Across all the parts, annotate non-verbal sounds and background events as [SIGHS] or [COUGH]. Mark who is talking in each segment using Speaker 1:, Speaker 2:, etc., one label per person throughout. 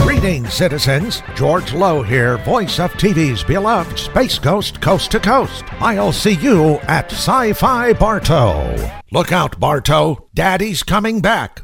Speaker 1: Morning, citizens. George Lowe here, voice of TV's beloved Space Ghost Coast to Coast. I'll see you at Sci Fi Bartow. Look out, Bartow. Daddy's coming back.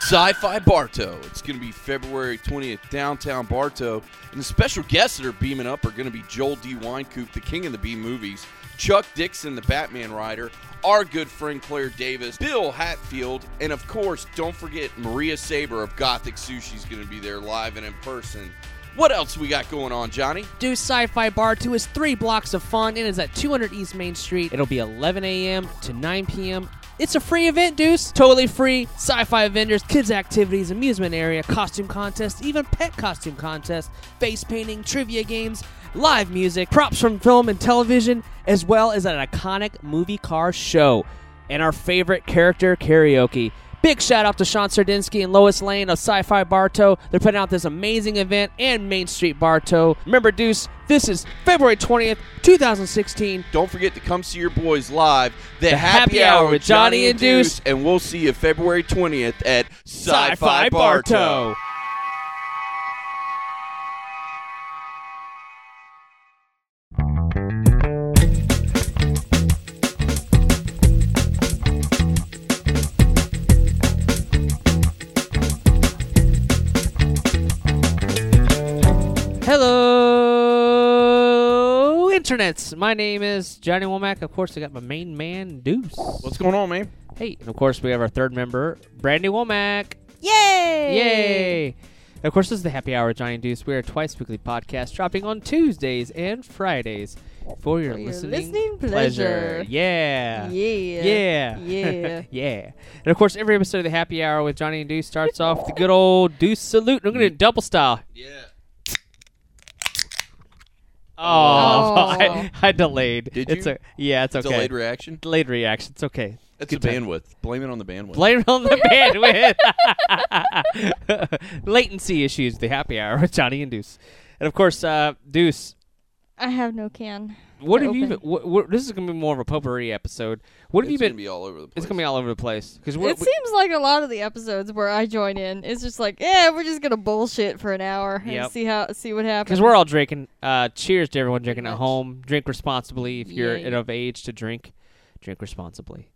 Speaker 2: Sci-Fi Bartow. It's going to be February 20th, downtown Bartow. And the special guests that are beaming up are going to be Joel D. Weinkoop, the king of the B movies, Chuck Dixon, the Batman rider, our good friend Claire Davis, Bill Hatfield, and of course, don't forget Maria Saber of Gothic Sushi's going to be there live and in person. What else we got going on, Johnny?
Speaker 3: Do Sci-Fi Bar 2 is three blocks of fun and is at 200 East Main Street. It'll be 11 a.m. to 9 p.m. It's a free event, Deuce. Totally free. Sci-fi vendors, kids activities, amusement area, costume contest, even pet costume contest, face painting, trivia games, live music, props from film and television, as well as an iconic movie car show and our favorite character karaoke. Big shout out to Sean Sardinsky and Lois Lane of Sci Fi Bartow. They're putting out this amazing event and Main Street Bartow. Remember, Deuce, this is February 20th, 2016.
Speaker 2: Don't forget to come see your boys live, the,
Speaker 3: The
Speaker 2: happy, hour with Johnny and Deuce, and we'll see you February 20th at Sci Fi Bartow.
Speaker 3: Hello, internets. My name is Johnny Womack. Of course, I got my main man, Deuce.
Speaker 2: What's going on, man?
Speaker 3: Hey, and of course, we have our third member, Brandy Womack.
Speaker 4: Yay!
Speaker 3: Yay! Of course, this is the happy hour with Johnny and Deuce. We are a twice weekly podcast dropping on Tuesdays and Fridays for your,
Speaker 4: For your
Speaker 3: listening,
Speaker 4: listening pleasure.
Speaker 3: Yeah.
Speaker 4: Yeah.
Speaker 3: Yeah. [LAUGHS]
Speaker 4: Yeah.
Speaker 3: yeah. And of course, every episode of the happy hour with Johnny and Deuce starts off with the good old Deuce salute. I'm going to do double style.
Speaker 2: Yeah.
Speaker 3: Oh, [LAUGHS]
Speaker 4: Oh.
Speaker 3: I, I delayed.
Speaker 2: Did
Speaker 3: it's
Speaker 2: you?
Speaker 3: A, yeah, it's okay.
Speaker 2: Delayed reaction?
Speaker 3: Delayed reaction. It's okay.
Speaker 2: It's
Speaker 3: Good
Speaker 2: the
Speaker 3: time.
Speaker 2: bandwidth. Blame it on the bandwidth.
Speaker 3: Blame it on the bandwidth. [LAUGHS] Latency issues, the happy hour with Johnny and Deuce. And of course, uh, Deuce,
Speaker 4: [LAUGHS] I have no can.
Speaker 3: what
Speaker 4: to
Speaker 3: have you
Speaker 4: open.
Speaker 3: been, what, what, this is going to be more of a potpourri episode. What have
Speaker 2: it's
Speaker 3: you
Speaker 2: gonna
Speaker 3: been
Speaker 2: be all over the place.
Speaker 3: It's going to be all over the place cuz
Speaker 4: It seems like a lot of the episodes where I join in, it's just like, yeah, we're just gonna bullshit for an hour
Speaker 3: Yep.
Speaker 4: and see how see what happens.
Speaker 3: because we're all drinking. Uh, cheers to everyone drinking at
Speaker 4: much.
Speaker 3: home. Drink responsibly if you're
Speaker 4: Yeah.
Speaker 3: of age to drink. Drink responsibly.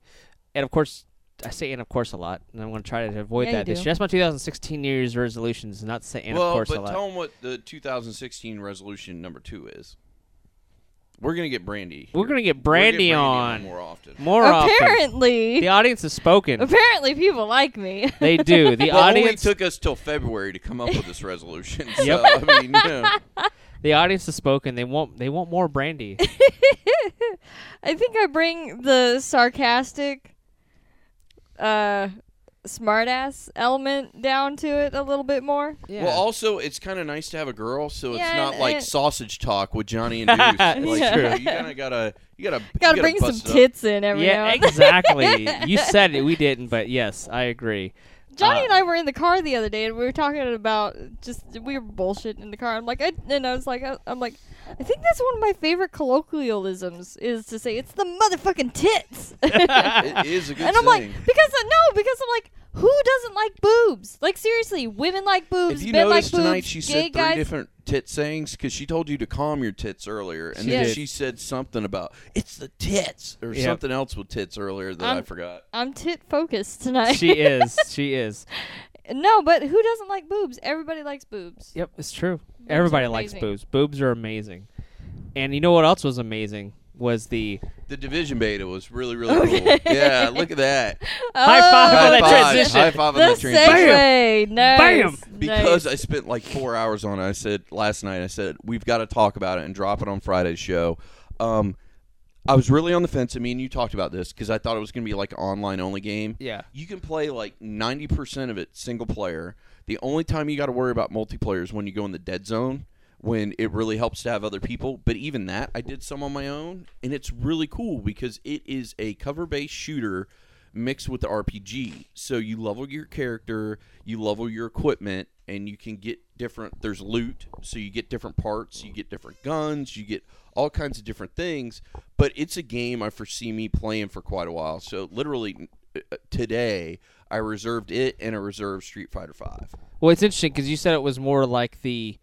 Speaker 3: And of course, I say and of course a lot, and I'm going to try to avoid
Speaker 4: Yeah, you
Speaker 3: that this
Speaker 4: do.
Speaker 3: year. That's my 2016 New Year's resolution is not to say and
Speaker 2: well,
Speaker 3: of course
Speaker 2: but
Speaker 3: a lot.
Speaker 2: tell them what the 2016 resolution number two is. We're gonna get Brandy.
Speaker 3: We're
Speaker 2: here.
Speaker 3: gonna get
Speaker 2: We're gonna
Speaker 3: Brandy on.
Speaker 2: more often.
Speaker 3: More often.
Speaker 4: apparently
Speaker 3: The audience has spoken.
Speaker 4: apparently people like me. [LAUGHS]
Speaker 3: They do. The
Speaker 2: Well, it only
Speaker 3: audience
Speaker 2: took us till February to come up with
Speaker 3: [LAUGHS]
Speaker 2: this resolution. So,
Speaker 3: Yep.
Speaker 2: I mean,
Speaker 4: [LAUGHS]
Speaker 2: yeah.
Speaker 3: the audience has spoken. They want they want more
Speaker 4: [LAUGHS]
Speaker 3: brandy.
Speaker 4: I think I bring the sarcastic uh smartass element down to it a little bit more.
Speaker 3: Yeah.
Speaker 2: Well, also, it's kind of nice to have a girl, so
Speaker 4: Yeah,
Speaker 2: it's not
Speaker 4: and-
Speaker 2: like
Speaker 4: and-
Speaker 2: sausage talk with Johnny
Speaker 3: [LAUGHS]
Speaker 2: and Deuce. like,
Speaker 4: Yeah.
Speaker 2: You kind of gotta, you gotta, you
Speaker 4: Gotta bring some
Speaker 2: bust it up.
Speaker 4: tits in every now
Speaker 3: yeah,
Speaker 4: and then. [LAUGHS]
Speaker 3: exactly. you said it. We didn't, but yes, I agree.
Speaker 4: Johnny
Speaker 3: Uh,
Speaker 4: and I were in the car the other day, and we were talking about just we were bullshitting in the car. I'm like, I, and I was like, I, I'm like, I think that's one of my favorite colloquialisms is to say it's the motherfucking tits.
Speaker 2: It is a good
Speaker 4: [LAUGHS] and I'm
Speaker 2: thing.
Speaker 4: like, because uh, no, because I'm like, who doesn't like boobs? Like seriously, women like boobs,
Speaker 2: if you
Speaker 4: men like
Speaker 2: noticed
Speaker 4: boobs,
Speaker 2: tonight, she
Speaker 4: gay
Speaker 2: said three
Speaker 4: guys.
Speaker 2: different tit sayings because she told you to calm your tits earlier, and
Speaker 3: She
Speaker 2: then
Speaker 3: did.
Speaker 2: she said something about it's the tits or
Speaker 3: Yeah.
Speaker 2: something else with tits earlier that I
Speaker 4: I'm-
Speaker 2: forgot.
Speaker 4: I'm tit focused tonight. [LAUGHS]
Speaker 3: She is. She is.
Speaker 4: no, but who doesn't like boobs? Everybody likes boobs.
Speaker 3: Yep, it's true.
Speaker 4: are
Speaker 3: Everybody likes
Speaker 4: amazing.
Speaker 3: boobs. Boobs are amazing. And you know what else was amazing was the
Speaker 2: The division beta was really really cool. Yeah, look at that.
Speaker 3: High five
Speaker 4: Oh,
Speaker 3: on that
Speaker 2: high five,
Speaker 3: transition.
Speaker 2: high five on
Speaker 4: The
Speaker 2: that transition.
Speaker 4: segue. [LAUGHS] Nice.
Speaker 3: Bam.
Speaker 2: Because
Speaker 4: nice.
Speaker 2: I spent like four hours on it. I said last night. I said we've got to talk about it and drop it on Friday's show. Um, I was really on the fence. I mean, you talked about this because I thought it was going to be like an online only game.
Speaker 3: Yeah.
Speaker 2: you can play like ninety percent of it single player. The only time you got to worry about multiplayer is when you go in the dead zone when it really helps to have other people. But even that, I did some on my own, and it's really cool because it is a cover based shooter mixed with the RPG. So you level your character, you level your equipment, and you can get different. There's loot, so you get different parts, you get different guns, you get all kinds of different things. But it's a game I foresee me playing for quite a while. So literally uh, today, I reserved it and I reserved Street Fighter Five.
Speaker 3: Well, it's interesting because you said it was more like the.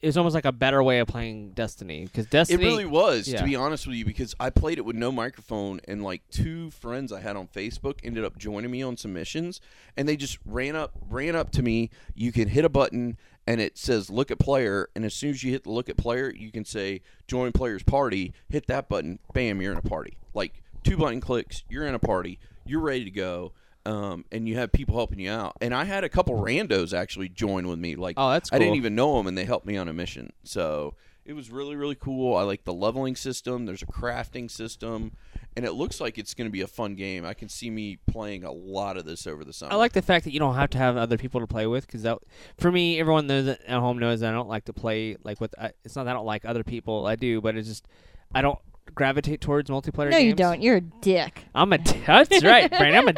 Speaker 3: It was almost like a better way of playing Destiny because Destiny.
Speaker 2: It really was,
Speaker 3: yeah.
Speaker 2: to be honest with you, because I played it with no microphone, and like two friends I had on Facebook ended up joining me on some missions, and they just ran up, ran up to me. You can hit a button, and it says "Look at player," and as soon as you hit the "Look at player," you can say "Join player's party." Hit that button, bam, you're in a party. Like two button clicks, you're in a party. You're ready to go. Um, and you have people helping you out, and I had a couple randos actually join with me. Like,
Speaker 3: Oh, that's
Speaker 2: I didn't
Speaker 3: cool.
Speaker 2: even even know them and they helped me on a mission. So it was really, really cool. I like the leveling system. There's a crafting system, and it looks like it's going to be a fun game. I can see me playing a lot of this over the summer.
Speaker 3: I like the fact that you don't have to have other people to play with because that, for me, everyone knows that at home knows that I don't like to play like with. I, it's not that I don't like other people. I do, but it's just I don't gravitate towards multiplayer.
Speaker 4: No, you
Speaker 3: games.
Speaker 4: don't. You're a dick.
Speaker 3: I'm a. D- that's right, Brandon.
Speaker 4: [LAUGHS]
Speaker 3: I'm a.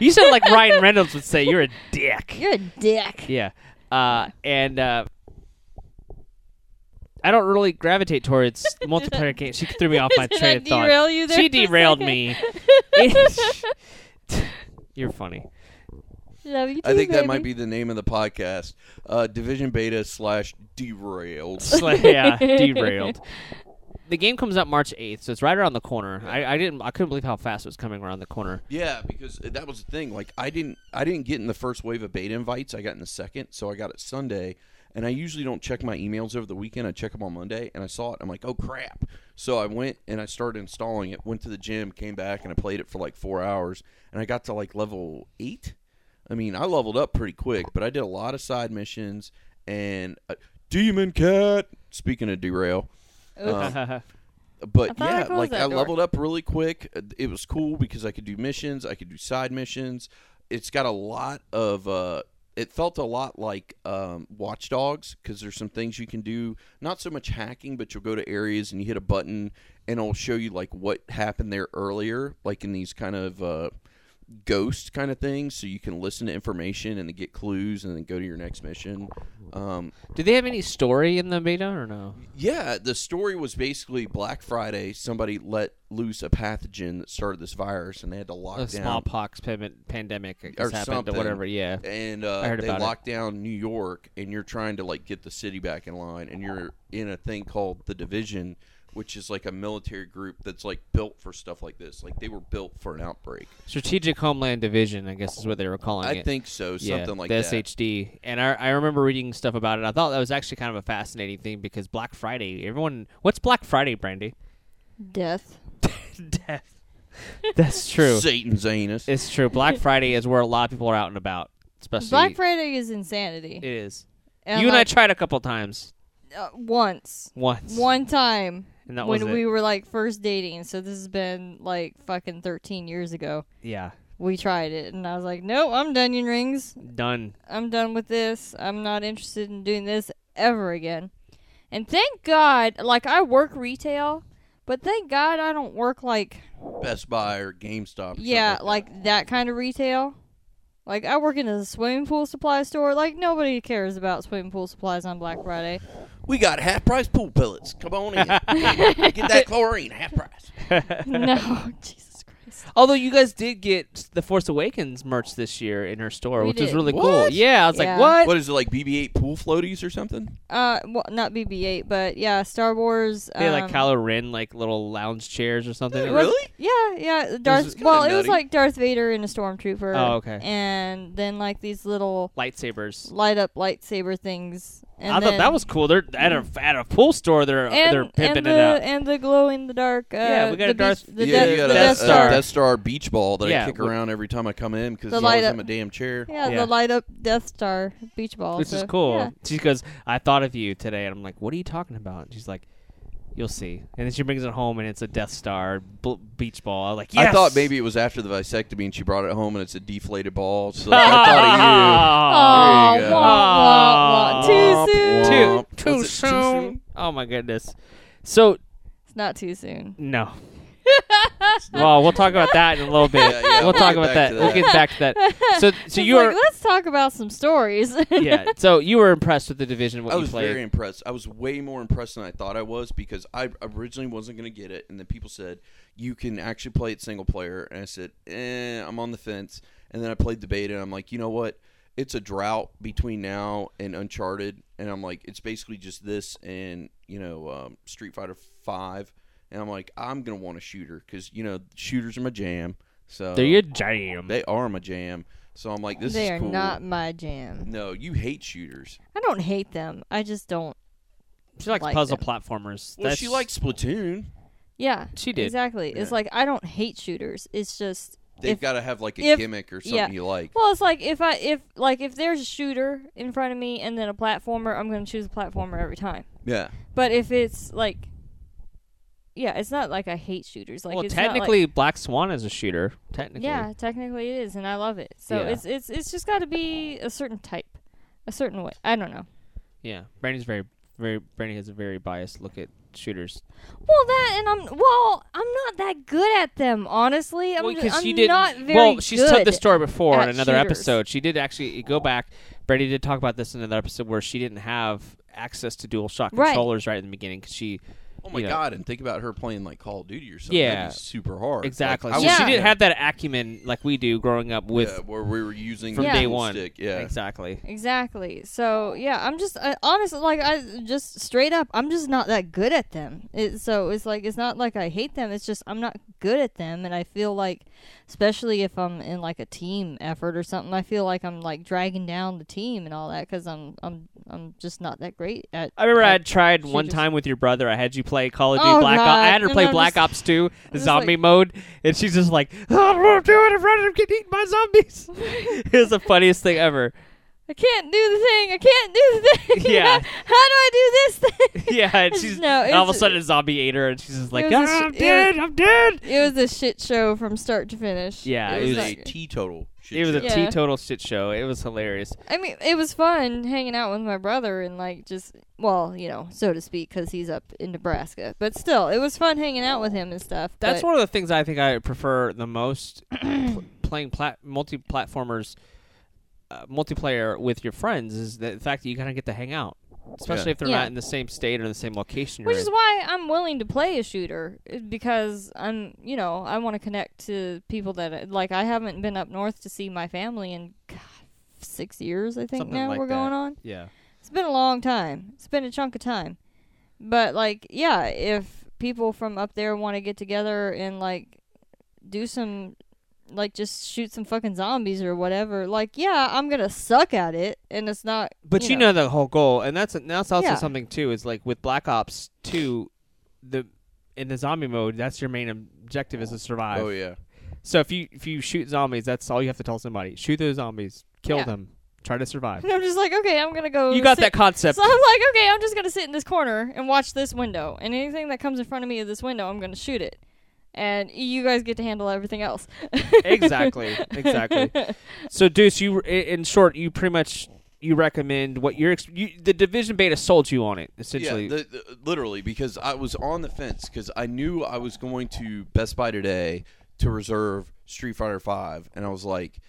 Speaker 3: You sound like Ryan Reynolds would say. You're a dick.
Speaker 4: You're a dick.
Speaker 3: Yeah. Uh, and uh, I don't really gravitate towards multiplayer games. She threw me off my
Speaker 4: [LAUGHS] Did
Speaker 3: train
Speaker 4: I
Speaker 3: of thought.
Speaker 4: derail you there
Speaker 3: she
Speaker 4: for a
Speaker 3: derailed
Speaker 4: second?
Speaker 3: me.
Speaker 4: [LAUGHS]
Speaker 3: [LAUGHS] You're funny.
Speaker 4: Love you too,
Speaker 2: I think that
Speaker 4: baby.
Speaker 2: might be the name of the podcast: uh, Division Beta slash Derailed.
Speaker 3: Sla- [LAUGHS] yeah, derailed. [LAUGHS] The game comes out March 8th, so it's right around the corner. I, I didn't I couldn't believe how fast it was coming around the corner.
Speaker 2: yeah, because that was the thing. Like, I didn't, I didn't get in the first wave of beta invites. I got in the second, so I got it Sunday. And I usually don't check my emails over the weekend. I check them on Monday, and I saw it. I'm like, oh crap! So I went and I started installing it. Went to the gym, came back, and I played it for like four hours. And I got to like level eight. I mean, I leveled up pretty quick, but I did a lot of side missions and uh, Demon Cat. Speaking of derail, but
Speaker 3: [LAUGHS]
Speaker 4: thought I
Speaker 2: yeah,
Speaker 4: closed
Speaker 2: like
Speaker 4: that
Speaker 2: I
Speaker 4: door.
Speaker 2: leveled up really quick. Uh, It was cool because I could do missions, I could do side missions. It's got a lot of. Uh, it felt a lot like um, Watch Dogs because there's some things you can do. Not so much hacking, but you'll go to areas and you hit a button, and it'll show you like what happened there earlier, like in these kind of. Uh, ghost kind of things so you can listen to information and then get clues and then go to your next mission um,
Speaker 3: Did they have any story in the beta or no?
Speaker 2: yeah, the story was basically Black Friday. Somebody let loose a pathogen that started this virus, and they had to lock
Speaker 3: The
Speaker 2: down
Speaker 3: smallpox pam- pandemic that
Speaker 2: or
Speaker 3: just happened
Speaker 2: something,
Speaker 3: or whatever, yeah.
Speaker 2: And uh,
Speaker 3: I heard
Speaker 2: they
Speaker 3: about it.
Speaker 2: locked down New York, and you're trying to like get the city back in line, and you're in a thing called the Division, which is like a military group that's like built for stuff like this. Like they were built for an outbreak.
Speaker 3: Strategic Homeland Division, I guess is what they were calling
Speaker 2: I
Speaker 3: it.
Speaker 2: think so, something like
Speaker 3: the
Speaker 2: that.
Speaker 3: SHD. And I, I remember reading stuff about it. I thought that was actually kind of a fascinating thing because Black Friday, everyone, what's Black Friday, Brandy?
Speaker 4: death.
Speaker 3: [LAUGHS] Death. That's
Speaker 2: [LAUGHS]
Speaker 3: true.
Speaker 2: Satan's anus.
Speaker 3: It's true. Black Friday is where a lot of people are out and about, especially.
Speaker 4: Black Friday is insanity.
Speaker 3: It is.
Speaker 4: And
Speaker 3: you and I
Speaker 4: like,
Speaker 3: tried a couple times.
Speaker 4: uh, once,
Speaker 3: Once.
Speaker 4: one time
Speaker 3: And that
Speaker 4: when
Speaker 3: was it.
Speaker 4: we were like first dating. So this has been like fucking 13 years ago.
Speaker 3: Yeah.
Speaker 4: We tried it, and I was like, "Nope, I'm done in rings.
Speaker 3: Done.
Speaker 4: I'm done with this. I'm not interested in doing this ever again." And thank God, like I work retail, but thank God I don't work like
Speaker 2: Best Buy or GameStop. or
Speaker 4: Yeah,
Speaker 2: something
Speaker 4: like that kind of retail. Like I work in a swimming pool supply store. Like nobody cares about swimming pool supplies on
Speaker 3: [LAUGHS]
Speaker 4: Black Friday. [LAUGHS]
Speaker 2: that. we got half price pool pellets. Come on in, get that chlorine half price.
Speaker 4: no, Jesus Christ.
Speaker 3: [LAUGHS] Although you guys did get the Force Awakens merch this year in her store,
Speaker 4: We
Speaker 3: which was
Speaker 4: did.
Speaker 3: really cool.
Speaker 2: What?
Speaker 3: Yeah. I was
Speaker 4: Yeah.
Speaker 3: like, what?
Speaker 2: What is it like BB-8 pool floaties or something?
Speaker 4: Uh, well, not BB-8, but yeah, Star Wars.
Speaker 3: They had, like
Speaker 4: um,
Speaker 3: Kylo Ren, like little lounge chairs or something.
Speaker 2: Yeah,
Speaker 3: It
Speaker 4: it
Speaker 3: was-
Speaker 4: was-
Speaker 2: Really?
Speaker 4: Yeah, yeah.
Speaker 2: is
Speaker 4: Darth.
Speaker 2: kinda
Speaker 4: Well, it was
Speaker 2: nutty.
Speaker 4: like Darth Vader and a stormtrooper.
Speaker 3: Oh, okay.
Speaker 4: And then like these little
Speaker 3: Lightsabers.
Speaker 4: light up lightsaber things. And
Speaker 3: I
Speaker 4: then-
Speaker 3: thought that was cool. They're at a at a pool store. They're
Speaker 4: And,
Speaker 3: they're pimping
Speaker 4: and
Speaker 3: it
Speaker 4: the,
Speaker 3: out.
Speaker 4: And the glow in the dark. Uh,
Speaker 3: Yeah, we got
Speaker 4: the
Speaker 3: a Darth-
Speaker 4: beach- the
Speaker 2: yeah,
Speaker 4: Death-
Speaker 2: you got
Speaker 4: the
Speaker 2: a,
Speaker 4: Death
Speaker 2: a
Speaker 4: Star.
Speaker 2: Death Star beach ball that
Speaker 3: Yeah,
Speaker 2: I kick
Speaker 3: wh-
Speaker 2: around every time I come in because
Speaker 4: The
Speaker 2: it's always
Speaker 4: light
Speaker 2: in
Speaker 4: up-
Speaker 2: a damn chair.
Speaker 4: Yeah,
Speaker 3: Yeah.
Speaker 4: the light up Death Star beach ball.
Speaker 3: This is
Speaker 4: so-
Speaker 3: cool.
Speaker 4: yeah.
Speaker 3: She goes, I thought of you today. And I'm like, what are you talking about? And she's like, you'll see. And then she brings it home and it's a Death Star bl- beach ball. I'm like, yes!
Speaker 2: I thought maybe it was after the vasectomy and she brought it home and it's a deflated ball. So I
Speaker 4: [LAUGHS]
Speaker 2: thought
Speaker 4: Oh,
Speaker 2: There you go. Womp,
Speaker 4: wah, wah, wah. Too soon.
Speaker 2: womp.
Speaker 3: Too,
Speaker 2: Was
Speaker 3: too
Speaker 2: it too
Speaker 3: soon.
Speaker 2: soon?
Speaker 3: Oh, my goodness. So,
Speaker 2: [LAUGHS]
Speaker 4: It's not too soon.
Speaker 3: no. well, we'll talk about that in a little bit.
Speaker 2: Yeah, yeah,
Speaker 3: we'll
Speaker 2: we'll
Speaker 3: talk
Speaker 2: get
Speaker 3: about that.
Speaker 2: back to
Speaker 3: We'll
Speaker 2: that.
Speaker 3: get back to
Speaker 2: [LAUGHS]
Speaker 3: that. So, so
Speaker 4: It's
Speaker 3: you
Speaker 4: like,
Speaker 3: are,
Speaker 4: let's talk about some stories. [LAUGHS]
Speaker 3: yeah. So you were impressed with the division what
Speaker 2: I
Speaker 3: you
Speaker 2: was
Speaker 3: played.
Speaker 2: very impressed. I was way more impressed than I thought I was because I originally wasn't going to get it, and then people said you can actually play it single player, and I said, eh, I'm on the fence. And then I played the beta, and I'm like, you know what? It's a drought between now and Uncharted, and I'm like, it's basically just this and you know um, Street Fighter Five, and I'm like, I'm gonna want a shooter because you know shooters are my jam. So
Speaker 3: They're your jam.
Speaker 2: they are my jam. So I'm like, this
Speaker 4: they
Speaker 2: is
Speaker 4: are
Speaker 2: cool.
Speaker 4: not my jam.
Speaker 2: no, you hate shooters.
Speaker 4: I don't hate them. I just don't.
Speaker 3: she likes
Speaker 4: like
Speaker 3: puzzle
Speaker 4: them.
Speaker 3: platformers.
Speaker 2: Well, she likes Splatoon.
Speaker 4: Yeah,
Speaker 3: She did.
Speaker 4: exactly. It's
Speaker 2: Yeah.
Speaker 4: like I don't hate shooters. It's just
Speaker 2: They've
Speaker 4: if-
Speaker 2: got to have like a
Speaker 4: if-
Speaker 2: gimmick or something
Speaker 4: yeah.
Speaker 2: you like.
Speaker 4: Well, it's like if I if like if there's a shooter in front of me and then a platformer, I'm gonna choose a platformer every time.
Speaker 2: Yeah.
Speaker 4: But if it's like, yeah, it's not like I hate shooters. Like
Speaker 3: well,
Speaker 4: it's
Speaker 3: technically, Black Swan is a shooter.
Speaker 4: not like,
Speaker 3: Technically,
Speaker 4: yeah, technically it is, and I love it. So
Speaker 3: Yeah.
Speaker 4: it's it's it's just got to be a certain type, a certain way. I don't know.
Speaker 3: yeah. Brandy's very, very. Brandy has a very biased look at shooters.
Speaker 4: Well, that and I'm well, I'm not that good at them, honestly. I'm,
Speaker 3: well,
Speaker 4: just, I'm
Speaker 3: she did.
Speaker 4: not very
Speaker 3: well, she's
Speaker 4: good.
Speaker 3: told this story before in
Speaker 4: at
Speaker 3: another
Speaker 4: shooters.
Speaker 3: episode. She did actually go back. Brady did talk about this in another episode where she didn't have access to dual shock
Speaker 4: Right.
Speaker 3: controllers right in the beginning because she
Speaker 2: Oh my
Speaker 3: Yeah.
Speaker 2: god! And think about her playing like Call of Duty or something.
Speaker 3: Yeah.
Speaker 2: Yeah. super hard.
Speaker 3: exactly
Speaker 2: Like, I
Speaker 3: so
Speaker 2: was-
Speaker 3: she
Speaker 4: Yeah.
Speaker 3: didn't have that acumen like we do growing up with
Speaker 2: yeah, where we were using
Speaker 3: from
Speaker 2: the
Speaker 4: day
Speaker 2: dual
Speaker 3: one.
Speaker 2: Stick. Yeah.
Speaker 3: exactly.
Speaker 4: Exactly. So yeah, I'm just I, honestly like I just straight up, I'm just not that good at them. It, so it's like it's not like I hate them. It's just I'm not good at them, and I feel like, especially if I'm in like a team effort or something, I feel like I'm like dragging down the team and all that because I'm I'm I'm just not that great at.
Speaker 3: I remember I had
Speaker 4: at
Speaker 3: tried one
Speaker 4: shooters.
Speaker 3: time with your brother. I had you play Call of Duty
Speaker 4: Oh,
Speaker 3: Black Ops. I
Speaker 4: God.
Speaker 3: had her
Speaker 4: And
Speaker 3: play
Speaker 4: I'm
Speaker 3: Black
Speaker 4: just-
Speaker 3: Ops 2
Speaker 4: I'm just
Speaker 3: zombie
Speaker 4: like-
Speaker 3: mode, and she's just like, "I don't know what I'm doing in front of getting eaten by zombies." [LAUGHS] it was the funniest thing ever.
Speaker 4: I can't do the thing. I can't do the thing. [LAUGHS]
Speaker 3: Yeah.
Speaker 4: How do I do this thing? [LAUGHS]
Speaker 3: Yeah, and she's
Speaker 4: No,
Speaker 3: and all of a
Speaker 4: it's-
Speaker 3: sudden a zombie ate her, and she's just like,
Speaker 4: was a
Speaker 3: "Ah,
Speaker 4: sh-
Speaker 3: "I'm
Speaker 4: it
Speaker 3: dead, I'm dead."
Speaker 4: It was a shit show from start to finish.
Speaker 3: Yeah,
Speaker 2: It
Speaker 3: it
Speaker 2: was
Speaker 3: was
Speaker 2: a
Speaker 4: like-
Speaker 2: teetotal. Shit
Speaker 3: It was a
Speaker 2: show.
Speaker 4: Yeah.
Speaker 3: teetotal shit show. It was hilarious.
Speaker 4: I mean, it was fun hanging out with my brother and like just well, you know, so to speak, because he's up in Nebraska. But still, it was fun hanging out with him and stuff.
Speaker 3: That's
Speaker 4: but,
Speaker 3: one of the things I think I prefer the most [CLEARS THROAT] pl- playing plat- multi-platformers uh, multiplayer with your friends is the fact that you kind of get to hang out, especially
Speaker 2: Yeah.
Speaker 3: if they're
Speaker 4: Yeah.
Speaker 3: not in the same state or the same location.
Speaker 4: which
Speaker 3: you're
Speaker 4: is
Speaker 3: in.
Speaker 4: why I'm willing to play a shooter eh, because I'm, you know, I want to connect to people that eh, like I haven't been up north to see my family in God, six years. I think
Speaker 3: Something
Speaker 4: now
Speaker 3: like
Speaker 4: we're
Speaker 3: that.
Speaker 4: going on.
Speaker 3: yeah.
Speaker 4: It's been a long time. It's been a chunk of time. But like, yeah, if people from up there want to get together and like do some like just shoot some fucking zombies or whatever, like yeah, I'm going to suck at it and it's not
Speaker 3: But you,
Speaker 4: you
Speaker 3: know. the whole goal, and that's that's also
Speaker 4: Yeah.
Speaker 3: something too. Is like with Black Ops Two, the in the zombie mode, that's your main objective is to survive.
Speaker 2: Oh yeah.
Speaker 3: So if you if you shoot zombies, that's all you have to tell somebody: shoot those zombies, kill
Speaker 4: Yeah.
Speaker 3: them, try to
Speaker 4: [LAUGHS]
Speaker 3: survive.
Speaker 4: And I'm just like, okay, I'm going to go
Speaker 3: you got
Speaker 4: sit-
Speaker 3: that concept.
Speaker 4: So [LAUGHS] I'm like, okay, I'm just gonna sit in this corner and watch this window, and anything that comes in front of me of this window, I'm gonna shoot it, and you guys get to handle everything else. [LAUGHS]
Speaker 3: exactly, exactly. So Deuce, you i- in short, you pretty much you recommend what your ex- you, the division beta sold you on it essentially.
Speaker 2: Yeah, the, the- literally because I was on the fence because I knew I was going to Best Buy today to reserve Street Fighter Five, and I was like,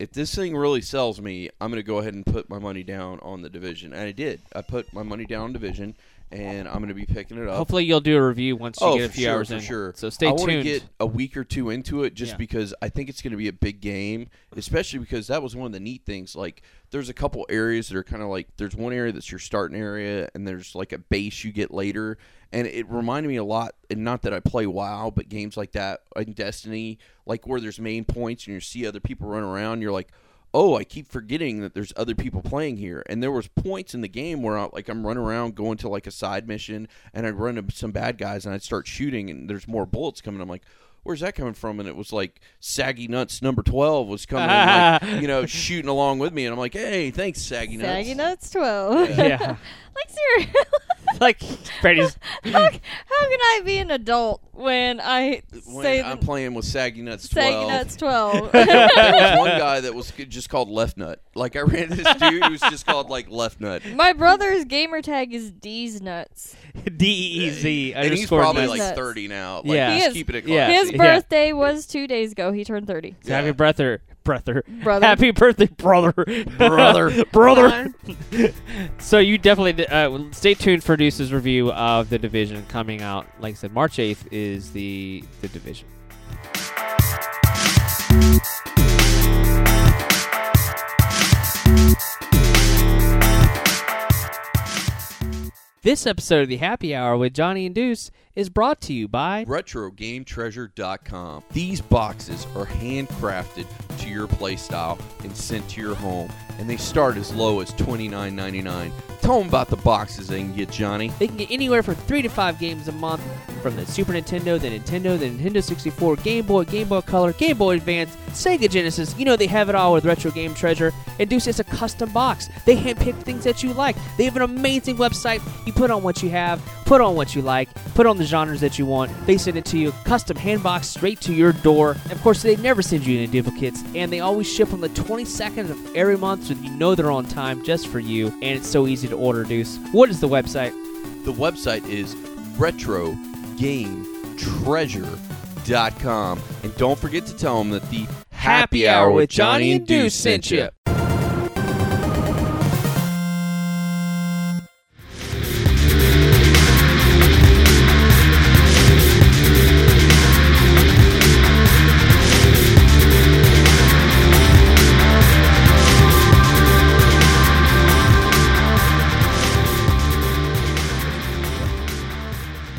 Speaker 2: if this thing really sells me, I'm going to go ahead and put my money down on the division, and I did. I put my money down on division, and I'm going to be picking it up.
Speaker 3: Hopefully, you'll do a review once you
Speaker 2: oh,
Speaker 3: get a
Speaker 2: for
Speaker 3: few
Speaker 2: sure,
Speaker 3: hours
Speaker 2: for
Speaker 3: in.
Speaker 2: sure.
Speaker 3: So stay
Speaker 2: I wanna
Speaker 3: tuned. [LAUGHS]
Speaker 2: get a week or two into it just
Speaker 3: Yeah.
Speaker 2: because I think it's going to be a big game, especially because that was one of the neat things. Like, there's a couple areas that are kind of like there's one area that's your starting area, and there's like a base you get later. And it reminded me a lot, and not that I play WoW, but games like that and Destiny, like where there's main points and you see other people run around, you're like, oh, I keep forgetting that there's other people playing here. And there was points in the game where I, like I'm running around going to like a side mission and I'd run into some bad guys and I'd start shooting and there's more bullets coming. I'm like, where's that coming from? And it was like Saggy Nuts number 12 was coming, in,
Speaker 3: [LAUGHS]
Speaker 2: like, you know, shooting along with me. And I'm like, hey, thanks, Saggy Nuts.
Speaker 4: [LAUGHS] Saggy nuts twelve.
Speaker 3: yeah.
Speaker 4: [LAUGHS] like serious.
Speaker 3: like
Speaker 4: [LAUGHS]
Speaker 3: Brady's
Speaker 4: how, how can I be an adult when I
Speaker 2: When
Speaker 4: say
Speaker 2: I'm
Speaker 4: the-
Speaker 2: playing with Saggy Nuts 12.
Speaker 4: say that's twelve?
Speaker 3: [LAUGHS]
Speaker 4: [LAUGHS]
Speaker 2: there was one guy that was just called Left Nut. Like I ran into this dude who was just called like
Speaker 3: [LAUGHS]
Speaker 2: Left Nut.
Speaker 4: My brother's gamer tag is D's nuts.
Speaker 3: D E E Z
Speaker 2: And he's
Speaker 3: underscore
Speaker 2: probably
Speaker 3: nuts.
Speaker 2: like
Speaker 4: Nuts.
Speaker 2: 30 now. Like,
Speaker 3: Yeah.
Speaker 2: yeah.
Speaker 3: He
Speaker 2: He's
Speaker 4: is-
Speaker 2: keeping it
Speaker 3: yeah.
Speaker 4: His
Speaker 2: classy.
Speaker 3: see.
Speaker 4: birthday was two days ago. He turned thirty.
Speaker 3: So Happy brother, brother,
Speaker 4: Brother. [LAUGHS]
Speaker 3: Happy birthday, brother,
Speaker 2: Brother.
Speaker 3: [LAUGHS] brother. [LAUGHS] so you definitely did- uh, stay tuned for Deuce's review of the division coming out. Like I said, March eighth is the the division. This episode of the Happy Hour with Johnny and Deuce is brought to you by
Speaker 2: RetroGameTreasure.com. These boxes are handcrafted to your playstyle and sent to your home, and they start as low as $29.99. Tell them about the boxes they can get, Johnny.
Speaker 5: They can get anywhere from three to five games a month from the Super Nintendo, the Nintendo, the Nintendo 64, Game Boy, Game Boy Color, Game Boy Advance, Sega Genesis. You know they have it all with Retro Game Treasure. And Deuce, it's a custom box. They handpick things that you like. They have an amazing website. You put on what you have, put on what you like, put on the genres that you want. They send it to you, custom handbox straight to your door. Of course, they never send you any duplicates, and they always ship on the 22nd of every month, so you know they're on time just for you. And it's so easy to order, Deuce. What is the website?
Speaker 2: The website is RetroGameTreasure.com. And don't forget to tell them that the Happy Hour with Johnny and Deuce sent you.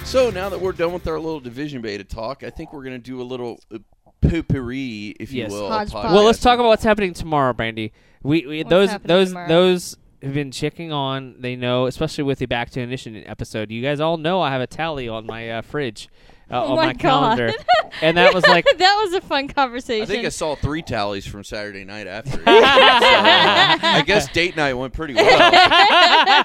Speaker 2: So now that we're done with our little division beta talk, I think we're going to do a little uh, potpourri, if
Speaker 3: Yes.
Speaker 2: you will.
Speaker 4: Hodgepodge.
Speaker 2: podcast.
Speaker 3: Well, let's talk about what's happening tomorrow, Brandy. We, we
Speaker 4: What's
Speaker 3: those
Speaker 4: happening
Speaker 3: those
Speaker 4: tomorrow?
Speaker 3: those have been checking on. They know, especially with the Back to Ignition episode. You guys all know I have a tally on my uh, fridge, uh,
Speaker 4: Oh
Speaker 3: on
Speaker 4: my
Speaker 3: my, calendar,
Speaker 4: God.
Speaker 3: [LAUGHS] and that was
Speaker 4: [LAUGHS]
Speaker 3: like.
Speaker 4: that was a fun conversation.
Speaker 2: I think I saw three tallies from Saturday night
Speaker 3: [LAUGHS]
Speaker 2: after. it. So, I guess date night went
Speaker 3: [LAUGHS]
Speaker 2: pretty well.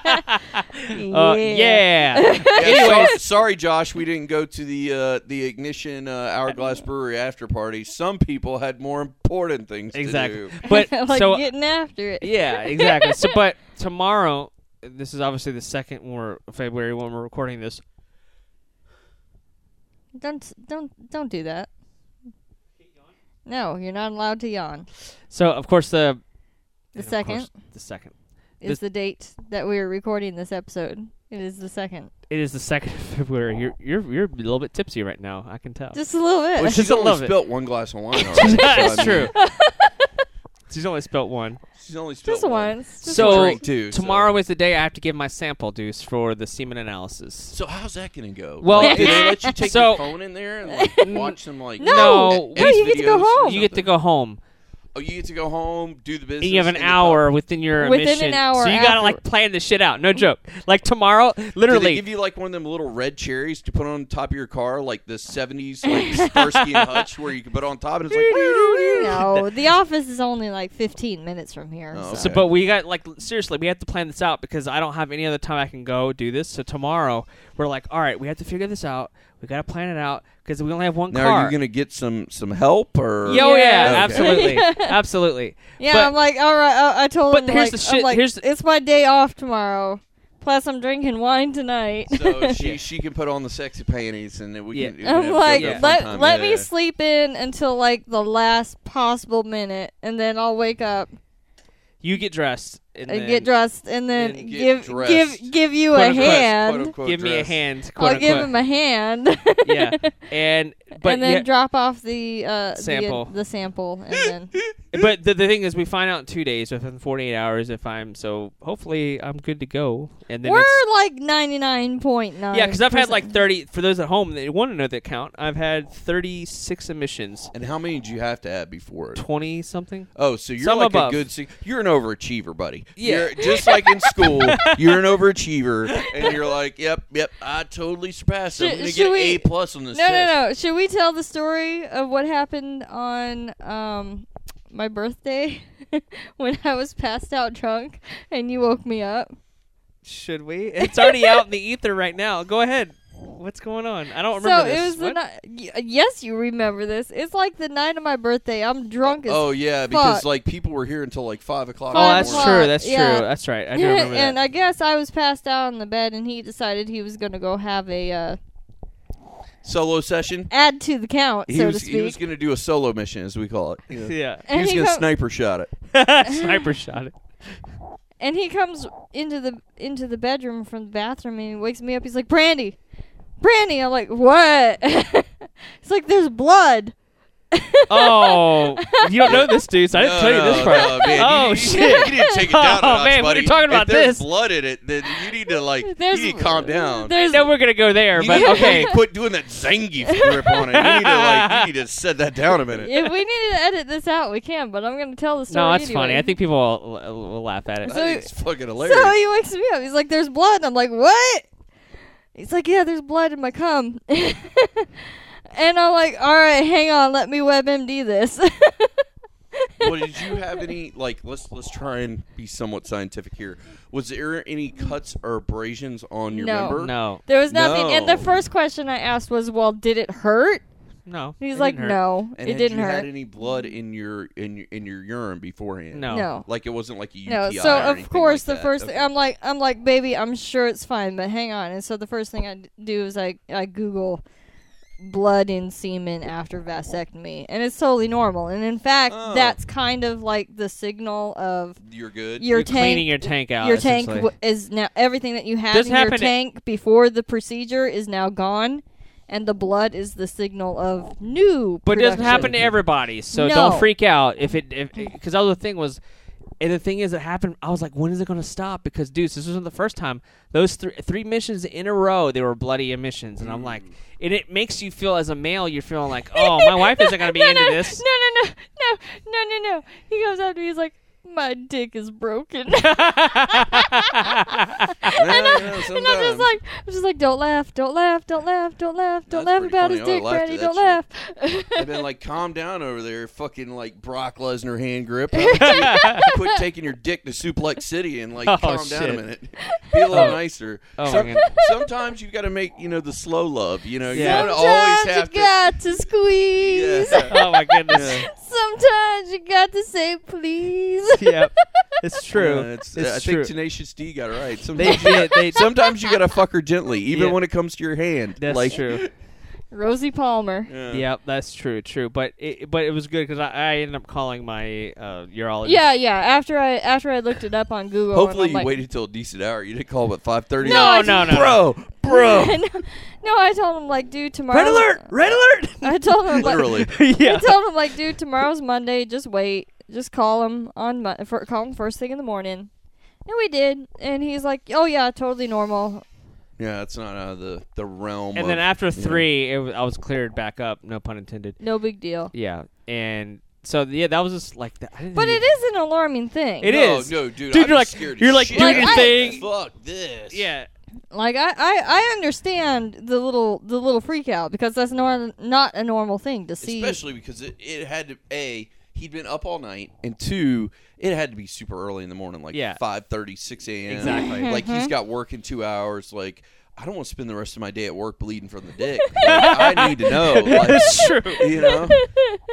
Speaker 3: Uh,
Speaker 4: [LAUGHS]
Speaker 3: yeah.
Speaker 2: Yeah, so- sorry, Josh, we didn't go to the uh, the ignition uh, Hourglass Brewery after party. Some people had more important things
Speaker 3: [LAUGHS]
Speaker 2: to
Speaker 3: exactly. [LAUGHS]
Speaker 2: do.
Speaker 3: But
Speaker 4: [LAUGHS] like
Speaker 3: so uh,
Speaker 4: getting after it.
Speaker 3: Yeah, exactly. so, but tomorrow, this is obviously the second more February when we're recording this.
Speaker 4: [LAUGHS] Don't don't don't do that. No, you're not allowed to yawn.
Speaker 3: So, of course, the
Speaker 4: The
Speaker 3: and of
Speaker 4: second
Speaker 3: course, the second. this-
Speaker 4: is the date that we are recording this episode. It is the second.
Speaker 3: It is the second of February. You're you're you're a little bit tipsy right now. I can tell.
Speaker 4: Just a little bit.
Speaker 2: Well, she's
Speaker 3: Just a
Speaker 2: only
Speaker 3: love it.
Speaker 2: spilt one glass
Speaker 3: [LAUGHS]
Speaker 2: of wine already.
Speaker 3: That's
Speaker 2: so I mean,
Speaker 3: true. [LAUGHS] She's only spelt one.
Speaker 2: She's only spilt
Speaker 4: [LAUGHS] just once. Just
Speaker 3: So-
Speaker 4: once.
Speaker 2: drink too, so-
Speaker 3: Tomorrow is the day I have to give my sample deuce for the semen analysis.
Speaker 2: So how's that gonna go?
Speaker 3: Well,
Speaker 2: like, did
Speaker 3: it's-
Speaker 2: they let you take
Speaker 3: so-
Speaker 2: your phone in there and like, watch some like
Speaker 4: [LAUGHS] No,
Speaker 3: No,
Speaker 4: no, you get to go
Speaker 2: videos or
Speaker 4: home.
Speaker 3: You get to go home.
Speaker 2: oh you get to go home, do the business.
Speaker 3: And you have an
Speaker 2: in the
Speaker 3: hour within your
Speaker 4: Within an
Speaker 3: emission.
Speaker 4: hour
Speaker 3: So you gotta like
Speaker 4: after-
Speaker 3: plan this shit out. No joke. Like tomorrow,
Speaker 2: Did they
Speaker 3: literally.
Speaker 2: give you like one of them little red cherries to put on top of your car, like the '70s, like Starsky and Hutch, where you can put it on top, and
Speaker 3: [LAUGHS]
Speaker 2: it's like.
Speaker 4: No, the office is only like 15 minutes from here.
Speaker 2: Oh,
Speaker 4: so.
Speaker 3: So, but we got like seriously, we have to plan this out because I don't have any other time I can go do this. So tomorrow we're like, all right, we have to figure this out. We gotta plan it out because we only have one
Speaker 2: Now,
Speaker 3: car.
Speaker 2: are you gonna get some some help or?
Speaker 3: Yo, yeah,
Speaker 4: Yeah.
Speaker 3: absolutely,
Speaker 2: [LAUGHS]
Speaker 3: absolutely.
Speaker 4: Yeah,
Speaker 3: But-
Speaker 4: I'm like, all right. I, I told
Speaker 3: But
Speaker 4: him,
Speaker 3: here's
Speaker 4: like,
Speaker 3: the
Speaker 4: I'm
Speaker 3: shit-
Speaker 4: like,
Speaker 3: here's the-
Speaker 4: it's my day off tomorrow. Plus, I'm drinking wine tonight. [LAUGHS]
Speaker 2: So
Speaker 3: [LAUGHS]
Speaker 2: she she can put on the sexy panties and then we
Speaker 3: Yeah.
Speaker 2: can. we can
Speaker 4: I'm
Speaker 2: have
Speaker 4: like,
Speaker 2: yoga fun
Speaker 4: let
Speaker 2: time.
Speaker 4: let
Speaker 2: Yeah.
Speaker 4: me sleep in until like the last possible minute, and then I'll wake up
Speaker 3: You get dressed and,
Speaker 4: and
Speaker 3: then
Speaker 4: get dressed, and then
Speaker 2: then get
Speaker 4: give
Speaker 2: dressed.
Speaker 4: give give you
Speaker 3: Quote
Speaker 4: a
Speaker 3: unquote,
Speaker 4: hand.
Speaker 2: Quote, unquote,
Speaker 3: Give me a
Speaker 2: dress.
Speaker 3: hand.
Speaker 4: I'll
Speaker 3: Quote
Speaker 4: give him
Speaker 3: unquote.
Speaker 4: a hand, [LAUGHS]
Speaker 3: yeah, [LAUGHS] and but
Speaker 4: and then
Speaker 3: yeah,
Speaker 4: drop off the uh, the-
Speaker 3: Sample.
Speaker 4: the, sample, and then
Speaker 3: but the, the thing is, we find out in two days within 48 hours if I'm so. Hopefully, I'm good to go. And then
Speaker 4: we're
Speaker 3: it's,
Speaker 4: like 99.9.
Speaker 3: yeah, because I've had like 30. For those at home that want to know the count, I've had 36 emissions,
Speaker 2: And how many do you have to have before it?
Speaker 3: 20 something.
Speaker 2: Oh, so you're
Speaker 3: Some
Speaker 2: like
Speaker 3: above.
Speaker 2: a good. si- You're an overachiever, buddy.
Speaker 3: Yeah.
Speaker 2: You're, just like
Speaker 3: [LAUGHS]
Speaker 2: in school, you're an overachiever, and you're like, yep, yep, I totally surpassed. it. I'm
Speaker 4: Should-
Speaker 2: gonna
Speaker 4: should
Speaker 2: get
Speaker 4: we-
Speaker 2: A plus on this.
Speaker 4: No,
Speaker 2: test.
Speaker 4: no, no. Should we tell the story of what happened on um my [LAUGHS] birthday when I was passed out drunk and you woke me up?
Speaker 3: Should we? [LAUGHS] It's already out in the ether right now. Go ahead. What's going on? I don't
Speaker 4: So
Speaker 3: remember
Speaker 4: it
Speaker 3: this.
Speaker 4: was the
Speaker 3: What?
Speaker 4: ni- y- yes, you remember this. It's like the night of my birthday. I'm drunk as
Speaker 2: Oh yeah, because
Speaker 4: fuck.
Speaker 2: like people were here until like five o'clock.
Speaker 3: oh,
Speaker 2: in the
Speaker 3: that's
Speaker 2: morning.
Speaker 3: true. That's
Speaker 4: Yeah.
Speaker 3: true. That's right. I
Speaker 4: [LAUGHS]
Speaker 3: do remember
Speaker 4: and
Speaker 3: that.
Speaker 4: I guess I was passed out on the bed, and he decided he was going to go have a uh,
Speaker 2: Solo session.
Speaker 4: add to the count,
Speaker 2: He
Speaker 4: so
Speaker 2: was
Speaker 4: to
Speaker 2: he was
Speaker 4: speak.
Speaker 2: gonna do a solo mission, as we call it. He
Speaker 4: [LAUGHS]
Speaker 3: yeah. [LAUGHS]
Speaker 4: and,
Speaker 2: was
Speaker 4: he
Speaker 2: gonna
Speaker 4: come-
Speaker 2: sniper shot it.
Speaker 3: Sniper shot it.
Speaker 4: and he comes into the into the bedroom from the bathroom, and he wakes me up. He's like, "Brandy, Brandy." I'm like, "What?" [LAUGHS] It's like, "There's blood."
Speaker 3: [LAUGHS] Oh, you don't know this, dude. So I didn't tell you this
Speaker 2: no,
Speaker 3: part.
Speaker 2: no, man, you-
Speaker 3: oh
Speaker 2: you,
Speaker 3: shit.
Speaker 2: You need to take
Speaker 3: [LAUGHS]
Speaker 2: it down. a
Speaker 3: Oh,
Speaker 2: notch,
Speaker 3: man, we were
Speaker 2: buddy.
Speaker 3: talking
Speaker 2: If
Speaker 3: about
Speaker 2: there's
Speaker 3: this.
Speaker 2: blood in it. Then you need to like
Speaker 4: [LAUGHS] There's-
Speaker 2: you need to calm down.
Speaker 3: I [LAUGHS]
Speaker 4: There's
Speaker 3: know
Speaker 4: [LAUGHS]
Speaker 3: we're gonna go there, but
Speaker 2: You need to
Speaker 3: okay.
Speaker 2: quit doing that Zangief grip on it. You need to like you need to set that down a minute.
Speaker 4: if we need to edit this out, we can. But I'm gonna tell the story.
Speaker 3: No, that's
Speaker 4: anyway.
Speaker 3: funny. I think people will, will laugh at it.
Speaker 4: So-
Speaker 2: It's fucking hilarious.
Speaker 4: So he wakes me up. He's like, "There's blood." And I'm like, "What?" He's like, "Yeah, there's blood in my cum." [LAUGHS] and I'm like, "All right, hang on. Let me WebMD this." [LAUGHS]
Speaker 2: well, did you have any like let's let's try and be somewhat scientific here. Was there any cuts or abrasions on your
Speaker 4: No.
Speaker 2: member?
Speaker 3: No,
Speaker 4: there was nothing. And
Speaker 2: No.
Speaker 4: the first question I asked was, "Well, did it hurt?"
Speaker 3: no.
Speaker 4: He's
Speaker 3: it
Speaker 4: like,
Speaker 3: didn't hurt.
Speaker 4: "No,
Speaker 2: And
Speaker 4: it
Speaker 2: had
Speaker 4: didn't
Speaker 2: you
Speaker 4: hurt."
Speaker 2: had any blood in your in your, in your urine beforehand?
Speaker 3: No.
Speaker 4: No.
Speaker 2: Like it wasn't like a UTI.
Speaker 4: No,
Speaker 2: or
Speaker 4: so of
Speaker 2: anything
Speaker 4: course
Speaker 2: like
Speaker 4: the
Speaker 2: that.
Speaker 4: first
Speaker 2: Okay.
Speaker 4: thing I'm like I'm like baby I'm sure it's fine but hang on and so the first thing I d- do is I I Google blood in semen after vasectomy and it's totally normal and in fact
Speaker 2: Oh.
Speaker 4: that's kind of like the signal of
Speaker 2: you're good.
Speaker 4: your
Speaker 3: You're cleaning
Speaker 4: tank
Speaker 3: your tank out.
Speaker 4: your tank
Speaker 3: essentially.
Speaker 4: w- is now everything that you had
Speaker 3: This
Speaker 4: in your
Speaker 3: happened to-
Speaker 4: tank before the procedure is now gone and the blood is the signal of new
Speaker 3: but it doesn't happen to
Speaker 4: production.
Speaker 3: everybody, so
Speaker 4: No.
Speaker 3: don't freak out if it if because the other thing was. And the thing is, it happened. I was like, "When is it going to stop?" Because, dudes, this wasn't the first time. Those three three missions in a row, they were bloody emissions, and I'm like,
Speaker 2: Mm.
Speaker 3: and it makes you feel as a male, you're feeling like, "Oh,
Speaker 4: [LAUGHS]
Speaker 3: my wife isn't going to be
Speaker 4: no,
Speaker 3: into
Speaker 4: no,
Speaker 3: this."
Speaker 4: No, no, no, no, no, no, no. He comes up to me. He's like, "My dick is broken," [LAUGHS] and, [LAUGHS] I'm just like, "I'm just like, don't laugh, don't laugh, don't laugh, don't laugh, don't
Speaker 2: That's pretty
Speaker 4: laugh about
Speaker 2: funny.
Speaker 4: his
Speaker 2: I
Speaker 4: dick,
Speaker 2: would've
Speaker 4: Brandy. Don't laugh."
Speaker 2: laughed I've been like, calm down over there, fucking like Brock Lesnar hand
Speaker 4: [LAUGHS]
Speaker 2: grip. How about you Quit taking your dick to Suplex City and like
Speaker 3: Oh,
Speaker 2: calm down a
Speaker 3: shit.
Speaker 2: minute. Be a little
Speaker 3: Oh.
Speaker 2: nicer.
Speaker 3: Oh, my
Speaker 2: Some-
Speaker 3: God.
Speaker 2: sometimes you got to make you know the slow love. You know,
Speaker 3: Yeah.
Speaker 2: you don't always
Speaker 4: Sometimes
Speaker 2: have
Speaker 4: you got to squeeze.
Speaker 2: to. Yeah.
Speaker 3: oh [LAUGHS] my goodness.
Speaker 4: [LAUGHS] Sometimes you got to say please.
Speaker 3: yep, it's true.
Speaker 2: Yeah, it's,
Speaker 3: it's uh,
Speaker 2: I
Speaker 3: true.
Speaker 2: think Tenacious D got it right.
Speaker 3: they
Speaker 2: Sometimes,
Speaker 3: did. [LAUGHS] They,
Speaker 2: sometimes you got to fuck her gently,
Speaker 3: [LAUGHS]
Speaker 2: even
Speaker 3: Yeah.
Speaker 2: when it comes to your hand.
Speaker 3: that's
Speaker 2: like,
Speaker 3: true.
Speaker 4: [LAUGHS] Rosie Palmer.
Speaker 2: Yeah.
Speaker 3: Yep, that's true. True, but it, but it was good because I, I ended up calling my uh, urologist.
Speaker 4: Yeah, yeah. After I after I looked it up on Google. and
Speaker 2: Hopefully
Speaker 4: I'm
Speaker 2: you
Speaker 4: [LAUGHS] like,
Speaker 2: waited till a decent hour. You didn't call him at five thirty.
Speaker 3: No, no, no,
Speaker 2: bro,
Speaker 3: [LAUGHS]
Speaker 2: bro.
Speaker 4: no, I told him like, dude, tomorrow.
Speaker 3: Red alert! Red alert!
Speaker 4: I told him like,
Speaker 2: Literally.
Speaker 3: [LAUGHS] yeah.
Speaker 4: I told him like, dude, tomorrow's Monday. Just wait. Just call him on Mon- for, call him first thing in the morning. And we did. And he's like, oh yeah, totally normal.
Speaker 2: Yeah, it's not out of the, the realm.
Speaker 3: And
Speaker 2: of,
Speaker 3: then after
Speaker 2: you know.
Speaker 3: three, it was, I was cleared back up. No pun intended.
Speaker 4: No big deal.
Speaker 3: Yeah, and so yeah, that was just like that. I didn't
Speaker 4: But
Speaker 3: even-
Speaker 4: it is an alarming thing.
Speaker 3: It
Speaker 2: no,
Speaker 3: is.
Speaker 2: No, dude,
Speaker 3: Dude,
Speaker 2: I'd
Speaker 3: you're
Speaker 2: be
Speaker 3: like-
Speaker 2: scared as
Speaker 3: you're like
Speaker 2: shit.
Speaker 4: doing your
Speaker 2: Fuck
Speaker 3: thing.
Speaker 2: Fuck this.
Speaker 3: Yeah,
Speaker 4: Like I, I, I understand the little the little freak out because that's nor- not a normal thing to see.
Speaker 2: Especially because it, it had to a he'd been up all night and two it had to be super early in the morning like
Speaker 3: Yeah.
Speaker 2: five thirty six 6 a.m.
Speaker 3: Exactly.
Speaker 2: Like he's got work in 2 hours like I don't want to spend the rest of my day at work bleeding from the
Speaker 3: [LAUGHS]
Speaker 2: dick. Like, I need to know. Like,
Speaker 3: that's true.
Speaker 2: you know?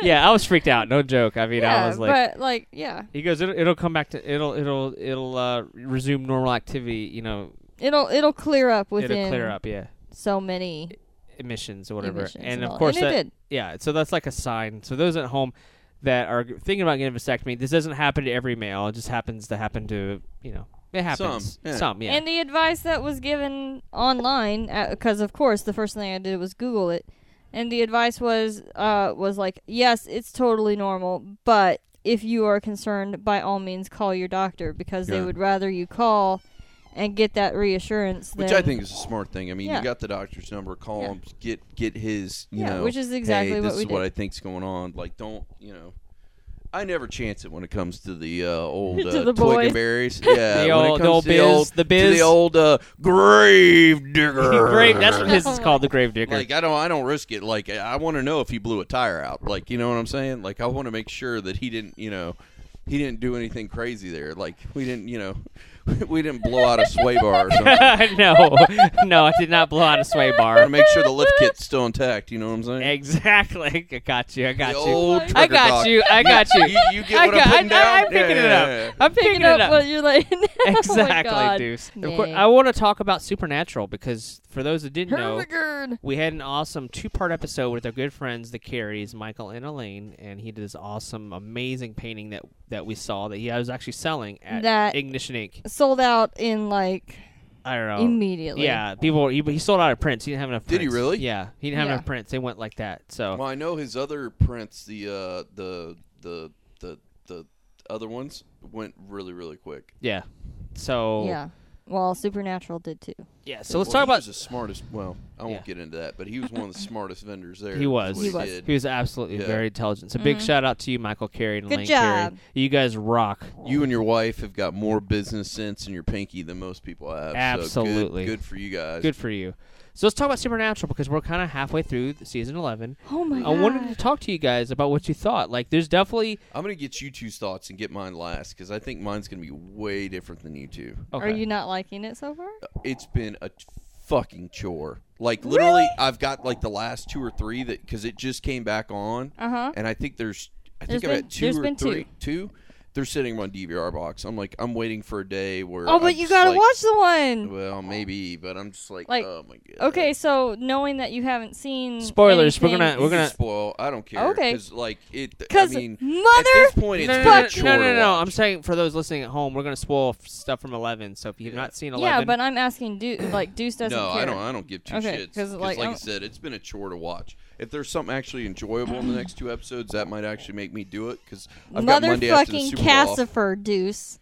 Speaker 3: Yeah, I was freaked out. No joke. I mean,
Speaker 4: yeah,
Speaker 3: I was like,
Speaker 4: but like yeah,
Speaker 3: he goes, it'll, it'll come back to it'll it'll it'll uh, resume normal activity. You know,
Speaker 4: it'll it'll clear up within
Speaker 3: it'll clear up. Yeah,
Speaker 4: so many.
Speaker 3: emissions or whatever.
Speaker 4: Emissions
Speaker 3: and
Speaker 4: and
Speaker 3: of
Speaker 4: all-
Speaker 3: course,
Speaker 4: and it
Speaker 3: that-
Speaker 4: did.
Speaker 3: yeah. So that's like a sign. So those at home that are thinking about getting a vasectomy, this doesn't happen to every male. It just happens to happen to you know. It happens.
Speaker 2: yeah.
Speaker 3: yeah.
Speaker 4: And the advice that was given online, because of course the first thing I did was Google it, and the advice was uh, was like, yes, it's totally normal, but if you are concerned, by all means, call your doctor because they
Speaker 2: Yeah.
Speaker 4: would rather you call and get that reassurance.
Speaker 2: Which
Speaker 4: than-
Speaker 2: I think is a smart thing. I mean,
Speaker 4: Yeah.
Speaker 2: you got the doctor's number, call
Speaker 4: Yeah.
Speaker 2: him, get get his, you
Speaker 4: Yeah,
Speaker 2: know.
Speaker 4: which is
Speaker 2: "Hey,
Speaker 4: exactly what
Speaker 2: this
Speaker 4: we
Speaker 2: is what
Speaker 4: did."
Speaker 2: I think's going on. Like, don't you know? I never chance it when it comes to the uh, old
Speaker 4: [LAUGHS] To
Speaker 2: uh,
Speaker 4: the
Speaker 2: twig
Speaker 4: boys.
Speaker 2: and
Speaker 4: [LAUGHS]
Speaker 2: berries. Yeah,
Speaker 3: The
Speaker 2: when
Speaker 3: old- the
Speaker 2: it comes
Speaker 3: old
Speaker 2: to
Speaker 3: biz-
Speaker 2: the old,
Speaker 3: the
Speaker 2: to
Speaker 3: biz.
Speaker 2: the old uh, grave
Speaker 3: [LAUGHS]
Speaker 2: digger.
Speaker 3: grave. That's what his is called, the grave digger. [LAUGHS]
Speaker 2: [LAUGHS] Like I don't, I don't risk it. Like I, I want to know if he blew a tire out. Like you know what I'm saying. Like I want to make sure that he didn't, you know, [LAUGHS] he didn't do anything crazy there. Like we didn't, you know, we didn't blow out a sway bar or something. [LAUGHS]
Speaker 3: no, [LAUGHS] no, I did not blow out a sway
Speaker 2: to [LAUGHS]
Speaker 3: bar.
Speaker 2: make sure the lift kit's still intact. You know what I'm saying?
Speaker 3: Exactly. [LAUGHS] I got you. I got
Speaker 2: The
Speaker 3: you.
Speaker 2: old
Speaker 3: I
Speaker 2: trigger
Speaker 3: got
Speaker 2: dog.
Speaker 3: you. I got
Speaker 2: [LAUGHS]
Speaker 3: you.
Speaker 2: You, you get
Speaker 3: I
Speaker 2: what
Speaker 3: got-
Speaker 2: I'm
Speaker 3: I-
Speaker 2: putting down?
Speaker 3: I- I'm picking
Speaker 2: Yeah,
Speaker 3: it up.
Speaker 2: yeah, yeah.
Speaker 3: I'm picking
Speaker 4: Picking
Speaker 3: it
Speaker 4: up,
Speaker 3: up.
Speaker 4: what you're like. [LAUGHS] Oh my
Speaker 3: Exactly,
Speaker 4: God.
Speaker 3: Deuce. Of course,
Speaker 4: Yay.
Speaker 3: I want to talk about Supernatural because for those that didn't know,
Speaker 4: Hurricane.
Speaker 3: we had an awesome two-part episode with our good friends, the Carries, Michael and Elaine, and he did this awesome, amazing painting that that we saw that he was actually selling at
Speaker 4: That-
Speaker 3: Ignition Inc.
Speaker 4: Sold out in like
Speaker 3: I don't know.
Speaker 4: immediately.
Speaker 3: Yeah, people. He, he sold out of prints. He didn't have enough.
Speaker 2: Did he
Speaker 3: prints.
Speaker 2: really?
Speaker 3: Yeah, he didn't have
Speaker 4: Yeah.
Speaker 3: enough prints. They went like that. So
Speaker 2: Well, I know his other prints, the uh, the the the the other ones went really really quick.
Speaker 3: yeah, so
Speaker 4: Yeah. Well, Supernatural did too.
Speaker 3: yeah. So let's
Speaker 2: Well,
Speaker 3: talk
Speaker 2: he
Speaker 3: about
Speaker 2: was the smartest. Well, I won't
Speaker 3: Yeah.
Speaker 2: get into that, but he was one of the smartest vendors there.
Speaker 3: He was.
Speaker 2: That's what
Speaker 4: He was. Mm-hmm.
Speaker 3: He
Speaker 2: did.
Speaker 3: was absolutely
Speaker 2: Yeah.
Speaker 3: very intelligent. So big shout out to you, Michael Carey and
Speaker 4: Good
Speaker 3: Lane
Speaker 4: job.
Speaker 3: Carey. You guys rock.
Speaker 2: You and your wife have got more business sense in your pinky than most people have. so good-
Speaker 3: Absolutely.
Speaker 2: good, for you guys.
Speaker 3: Good for you. So let's talk about Supernatural because we're kind of halfway through the season eleven.
Speaker 4: Oh my
Speaker 3: I wanted to
Speaker 4: God.
Speaker 3: talk to you guys about what you thought. Like, there's definitely
Speaker 2: I'm gonna get you two's thoughts and get mine last because I think mine's gonna be way different than you two.
Speaker 3: okay.
Speaker 4: Are you not liking it so far?
Speaker 2: It's been a t- fucking chore. Like literally, I've got like the last two or three that because it just came back on,
Speaker 4: Uh huh.
Speaker 2: and I think there's I
Speaker 4: There's
Speaker 2: think I'm
Speaker 4: been-
Speaker 2: at two
Speaker 4: there's
Speaker 2: or
Speaker 4: been two.
Speaker 2: three two. They're sitting on my DVR box. I'm like, I'm waiting for a day where.
Speaker 4: Oh, but
Speaker 2: I'm
Speaker 4: you
Speaker 2: just
Speaker 4: gotta
Speaker 2: like,
Speaker 4: watch the one.
Speaker 2: Well, maybe, but I'm just like,
Speaker 4: Like,
Speaker 2: oh my god.
Speaker 4: Okay, so knowing that you haven't seen
Speaker 3: Spoilers, we're gonna-
Speaker 4: anything-
Speaker 2: You
Speaker 3: we're
Speaker 2: can
Speaker 3: gonna-
Speaker 2: spoil. I don't care.
Speaker 4: Okay.
Speaker 2: Because like it.
Speaker 4: Cause
Speaker 2: I mean, at
Speaker 4: mother-
Speaker 2: this point, it's
Speaker 3: No, no,
Speaker 2: been
Speaker 3: no,
Speaker 2: a
Speaker 3: no,
Speaker 2: chore
Speaker 3: no, no,
Speaker 2: to
Speaker 3: no.
Speaker 2: watch.
Speaker 3: I'm saying for those listening at home, we're gonna spoil f- stuff from eleven. So if you've not seen eleven,
Speaker 4: Yeah, but I'm asking Deuce. Like Deuce doesn't
Speaker 2: no,
Speaker 4: care.
Speaker 2: I don't. I don't give two
Speaker 4: Okay,
Speaker 2: shits.
Speaker 4: 'cause,
Speaker 2: Because, like,
Speaker 4: like, I
Speaker 2: I
Speaker 4: don't-
Speaker 2: said, it's been a chore to watch. If there's something actually enjoyable in the next two episodes, that might actually make me do it. Because I've got Monday after the
Speaker 4: Motherfucking
Speaker 2: Super Bowl off.
Speaker 4: Cassifer, Deuce.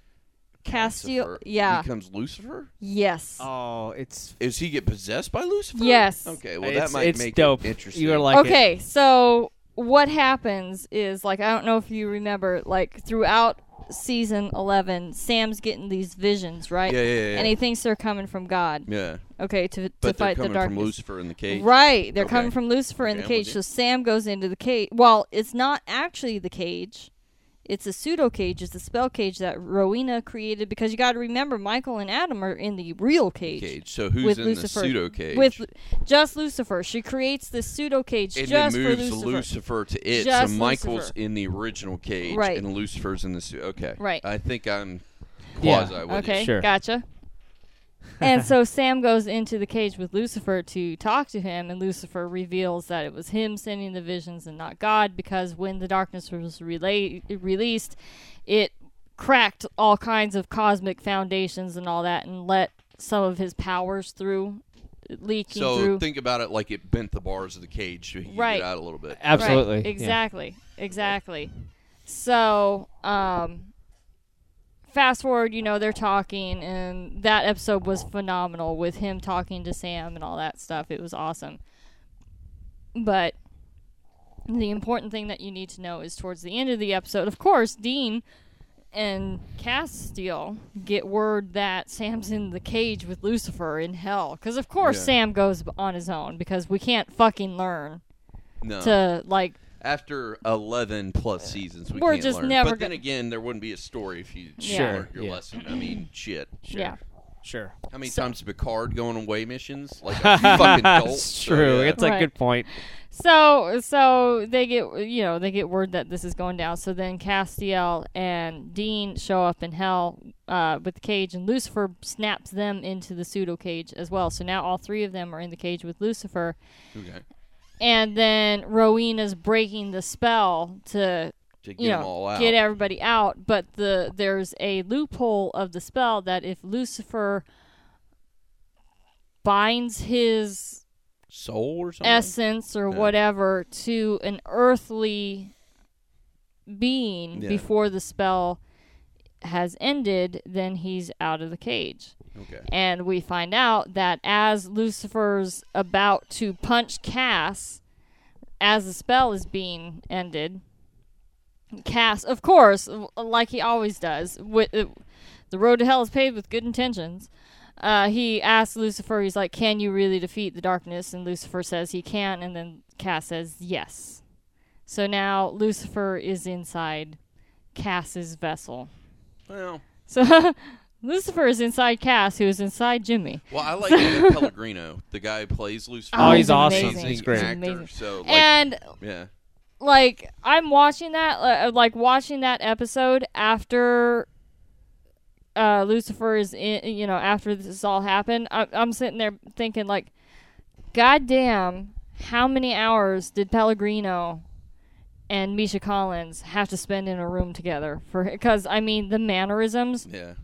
Speaker 4: Castile.
Speaker 2: Lucifer.
Speaker 4: Yeah.
Speaker 2: He becomes Lucifer.
Speaker 4: Yes.
Speaker 3: oh, it's
Speaker 2: Is he get possessed by Lucifer?
Speaker 4: Yes.
Speaker 2: Okay. Well,
Speaker 3: it's,
Speaker 2: that might
Speaker 3: it's
Speaker 2: make
Speaker 3: dope.
Speaker 2: it interesting.
Speaker 3: You are like it.
Speaker 4: okay, so what happens is like I don't know if you remember like throughout season 11 Sam's getting these visions, right?
Speaker 2: Yeah, yeah, yeah,
Speaker 4: And
Speaker 2: yeah.
Speaker 4: he thinks they're coming from God.
Speaker 2: yeah.
Speaker 4: Okay, to to
Speaker 2: But they're
Speaker 4: fight the
Speaker 2: coming from
Speaker 4: darkness.
Speaker 2: Lucifer in the cage.
Speaker 4: Right, they're
Speaker 2: Okay.
Speaker 4: coming from Lucifer in the
Speaker 2: Okay, I'm with
Speaker 4: cage. So
Speaker 2: you.
Speaker 4: Sam goes into the cage. Well, it's not actually the cage. It's a pseudo cage. It's a spell cage that Rowena created because you got to remember Michael and Adam are in the real cage.
Speaker 2: Cage. So who's
Speaker 4: with
Speaker 2: in
Speaker 4: Lucifer.
Speaker 2: the pseudo cage?
Speaker 4: With just Lucifer. She creates this pseudo cage
Speaker 2: and
Speaker 4: just
Speaker 2: then
Speaker 4: for
Speaker 2: moves
Speaker 4: Lucifer.
Speaker 2: Lucifer to it.
Speaker 4: Just
Speaker 2: so Michael's
Speaker 4: Lucifer.
Speaker 2: in the original cage,
Speaker 4: Right.
Speaker 2: and Lucifer's in the suit. Okay,
Speaker 4: Right.
Speaker 2: I think I'm
Speaker 3: Yeah.
Speaker 2: quasi with
Speaker 4: Okay,
Speaker 3: Sure.
Speaker 4: gotcha. and so Sam goes into the cage with Lucifer to talk to him, and Lucifer reveals that it was him sending the visions and not God, because when the darkness was relay- released, it cracked all kinds of cosmic foundations and all that, and let some of his powers through,
Speaker 2: you.
Speaker 4: leaking
Speaker 2: So
Speaker 4: through.
Speaker 2: think about it like it bent the bars of the cage so he could
Speaker 4: Right.
Speaker 2: get out a little bit.
Speaker 4: Right,
Speaker 3: absolutely Yeah.
Speaker 4: Exactly. Exactly. So, um, fast forward, you know, they're talking, and that episode was phenomenal with him talking to Sam and all that stuff. It was awesome. But the important thing that you need to know is towards the end of the episode, of course, Dean and Castile get word that Sam's in the cage with Lucifer in hell. Because, of course,
Speaker 2: Yeah.
Speaker 4: Sam goes on his own because we can't fucking learn
Speaker 2: No,
Speaker 4: to, like,
Speaker 2: after eleven plus seasons, we
Speaker 4: We're
Speaker 2: can't
Speaker 4: just
Speaker 2: learn.
Speaker 4: never
Speaker 2: but then
Speaker 4: go-
Speaker 2: again, there wouldn't be a story if you
Speaker 4: Yeah.
Speaker 3: Sure,
Speaker 2: learned your
Speaker 3: yeah.
Speaker 2: lesson. I mean, shit.
Speaker 4: yeah.
Speaker 3: Sure.
Speaker 2: How many times did Picard go on away missions? Like
Speaker 3: [LAUGHS]
Speaker 2: a fucking dolt.
Speaker 3: That's [LAUGHS]
Speaker 2: So,
Speaker 3: true.
Speaker 2: yeah.
Speaker 3: It's a
Speaker 4: Right.
Speaker 3: good point.
Speaker 4: So so they get you know they get word that this is going down. So then Castiel and Dean show up in hell uh, with the cage, and Lucifer snaps them into the pseudo cage as well. So now all three of them are in the cage with Lucifer,
Speaker 2: okay.
Speaker 4: and then Rowena's breaking the spell to
Speaker 2: To get
Speaker 4: you
Speaker 2: them all
Speaker 4: know
Speaker 2: out.
Speaker 4: get everybody out. But the there's a loophole of the spell that if Lucifer binds his
Speaker 2: Soul or something.
Speaker 4: essence or
Speaker 2: Yeah.
Speaker 4: whatever to an earthly being
Speaker 2: Yeah.
Speaker 4: before the spell has ended, then he's out of the cage.
Speaker 2: okay.
Speaker 4: And we find out that as Lucifer's about to punch Cass, as the spell is being ended, Cass, of course, w- like he always does, with, uh, the road to hell is paved with good intentions. Uh, he asks Lucifer, he's like, Can you really defeat the darkness? And Lucifer says he can. And then Cass says, Yes. So now Lucifer is inside Cass's vessel. [LAUGHS]
Speaker 2: Well,
Speaker 4: So [LAUGHS] Lucifer is inside Cass, who is inside Jimmy.
Speaker 2: Well, I like
Speaker 4: [LAUGHS]
Speaker 2: Ian Pellegrino, the guy who plays Lucifer.
Speaker 4: Oh, he's
Speaker 3: awesome.
Speaker 2: Amazing
Speaker 3: He's great.
Speaker 2: actor,
Speaker 4: Amazing. Eh.
Speaker 2: So, like,
Speaker 4: and
Speaker 2: yeah.
Speaker 4: like I'm watching that li- uh, like watching that episode after uh Lucifer is in you know after this has all happened I- I'm sitting there thinking like god damn how many hours did Pellegrino and Misha Collins have to spend in a room together for because I mean the mannerisms
Speaker 2: Yeah.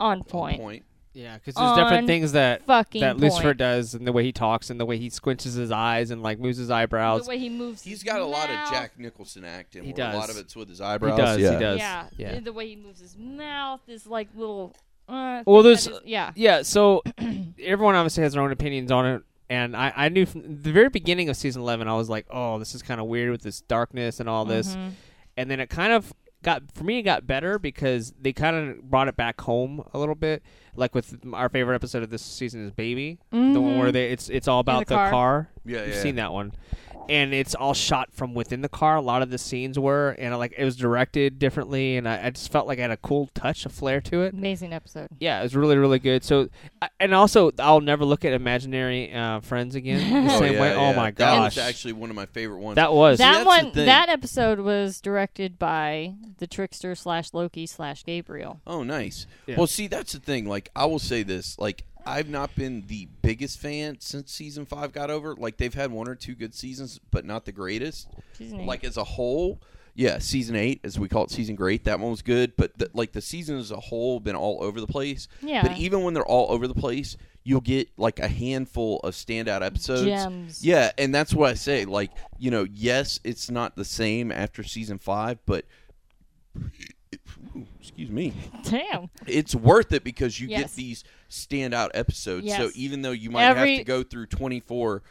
Speaker 4: on
Speaker 2: Point.
Speaker 4: point,
Speaker 2: Point.
Speaker 3: Yeah, because there's different
Speaker 4: On
Speaker 3: things that
Speaker 4: fucking
Speaker 3: that Lucifer
Speaker 4: point.
Speaker 3: does, and the way he talks, and the way he squinches his eyes, and like moves his eyebrows.
Speaker 4: the way he moves
Speaker 2: He's
Speaker 4: his
Speaker 2: got a lot of
Speaker 4: mouth.
Speaker 2: Jack Nicholson acting.
Speaker 3: He
Speaker 2: where A lot
Speaker 3: does.
Speaker 2: of it's with his eyebrows.
Speaker 3: does, he
Speaker 2: Yeah.
Speaker 3: does.
Speaker 4: yeah,
Speaker 3: Yeah.
Speaker 4: the way he moves his mouth is like little uh,
Speaker 3: Well,
Speaker 4: thing
Speaker 3: there's-
Speaker 4: that is- yeah
Speaker 3: Yeah, so [CLEARS THROAT] everyone obviously has their own opinions on it, and I, I knew from the very beginning of season eleven, I was like, oh, this is kind of weird with this darkness and all this,
Speaker 4: Mm-hmm.
Speaker 3: and then it kind of got for me, it got better because they kind of brought it back home a little bit, like with our favorite episode of this season is Baby, the one where they it's it's all about
Speaker 4: Mm-hmm. the
Speaker 3: the
Speaker 4: car.
Speaker 3: car.
Speaker 2: Yeah,
Speaker 3: You've
Speaker 2: yeah.
Speaker 3: seen that one. And it's all shot from within the car. A lot of the scenes were, and like it was directed differently, and I, I just felt like it had a cool touch, a flair to it.
Speaker 4: amazing episode
Speaker 3: Yeah, it was really, really good. So, I- and also, I'll never look at imaginary uh, friends
Speaker 2: [LAUGHS]
Speaker 3: again the
Speaker 2: Oh,
Speaker 3: same
Speaker 2: yeah,
Speaker 3: way. Oh
Speaker 2: yeah.
Speaker 3: my
Speaker 2: That
Speaker 3: gosh,
Speaker 2: was actually one of my favorite ones.
Speaker 3: That was.
Speaker 2: See,
Speaker 4: that
Speaker 2: that's
Speaker 4: one,
Speaker 2: the thing.
Speaker 4: that episode was directed by the trickster slash Loki slash Gabriel. [LAUGHS]
Speaker 2: Oh, nice.
Speaker 3: Yeah.
Speaker 2: Well, see, that's the thing. Like, I will say this. Like, I've not been the biggest fan since season five got over. Like, they've had one or two good seasons, but not the greatest.
Speaker 4: Season eight.
Speaker 2: Like, as a whole, yeah, season eight, as we call it, season great. That one was good, but the, like the season as a whole been all over the place.
Speaker 4: Yeah.
Speaker 2: But even when they're all over the place, you'll get like a handful of standout episodes.
Speaker 4: Gems.
Speaker 2: Yeah, and that's what I say. Like, you know, yes, it's not the same after season five, but. [SNIFFS] Excuse me
Speaker 4: Damn,
Speaker 2: it's worth it because you get
Speaker 4: Yes.
Speaker 2: these standout episodes. So
Speaker 4: Yes.
Speaker 2: even though you might have
Speaker 4: Every-
Speaker 2: to go through 24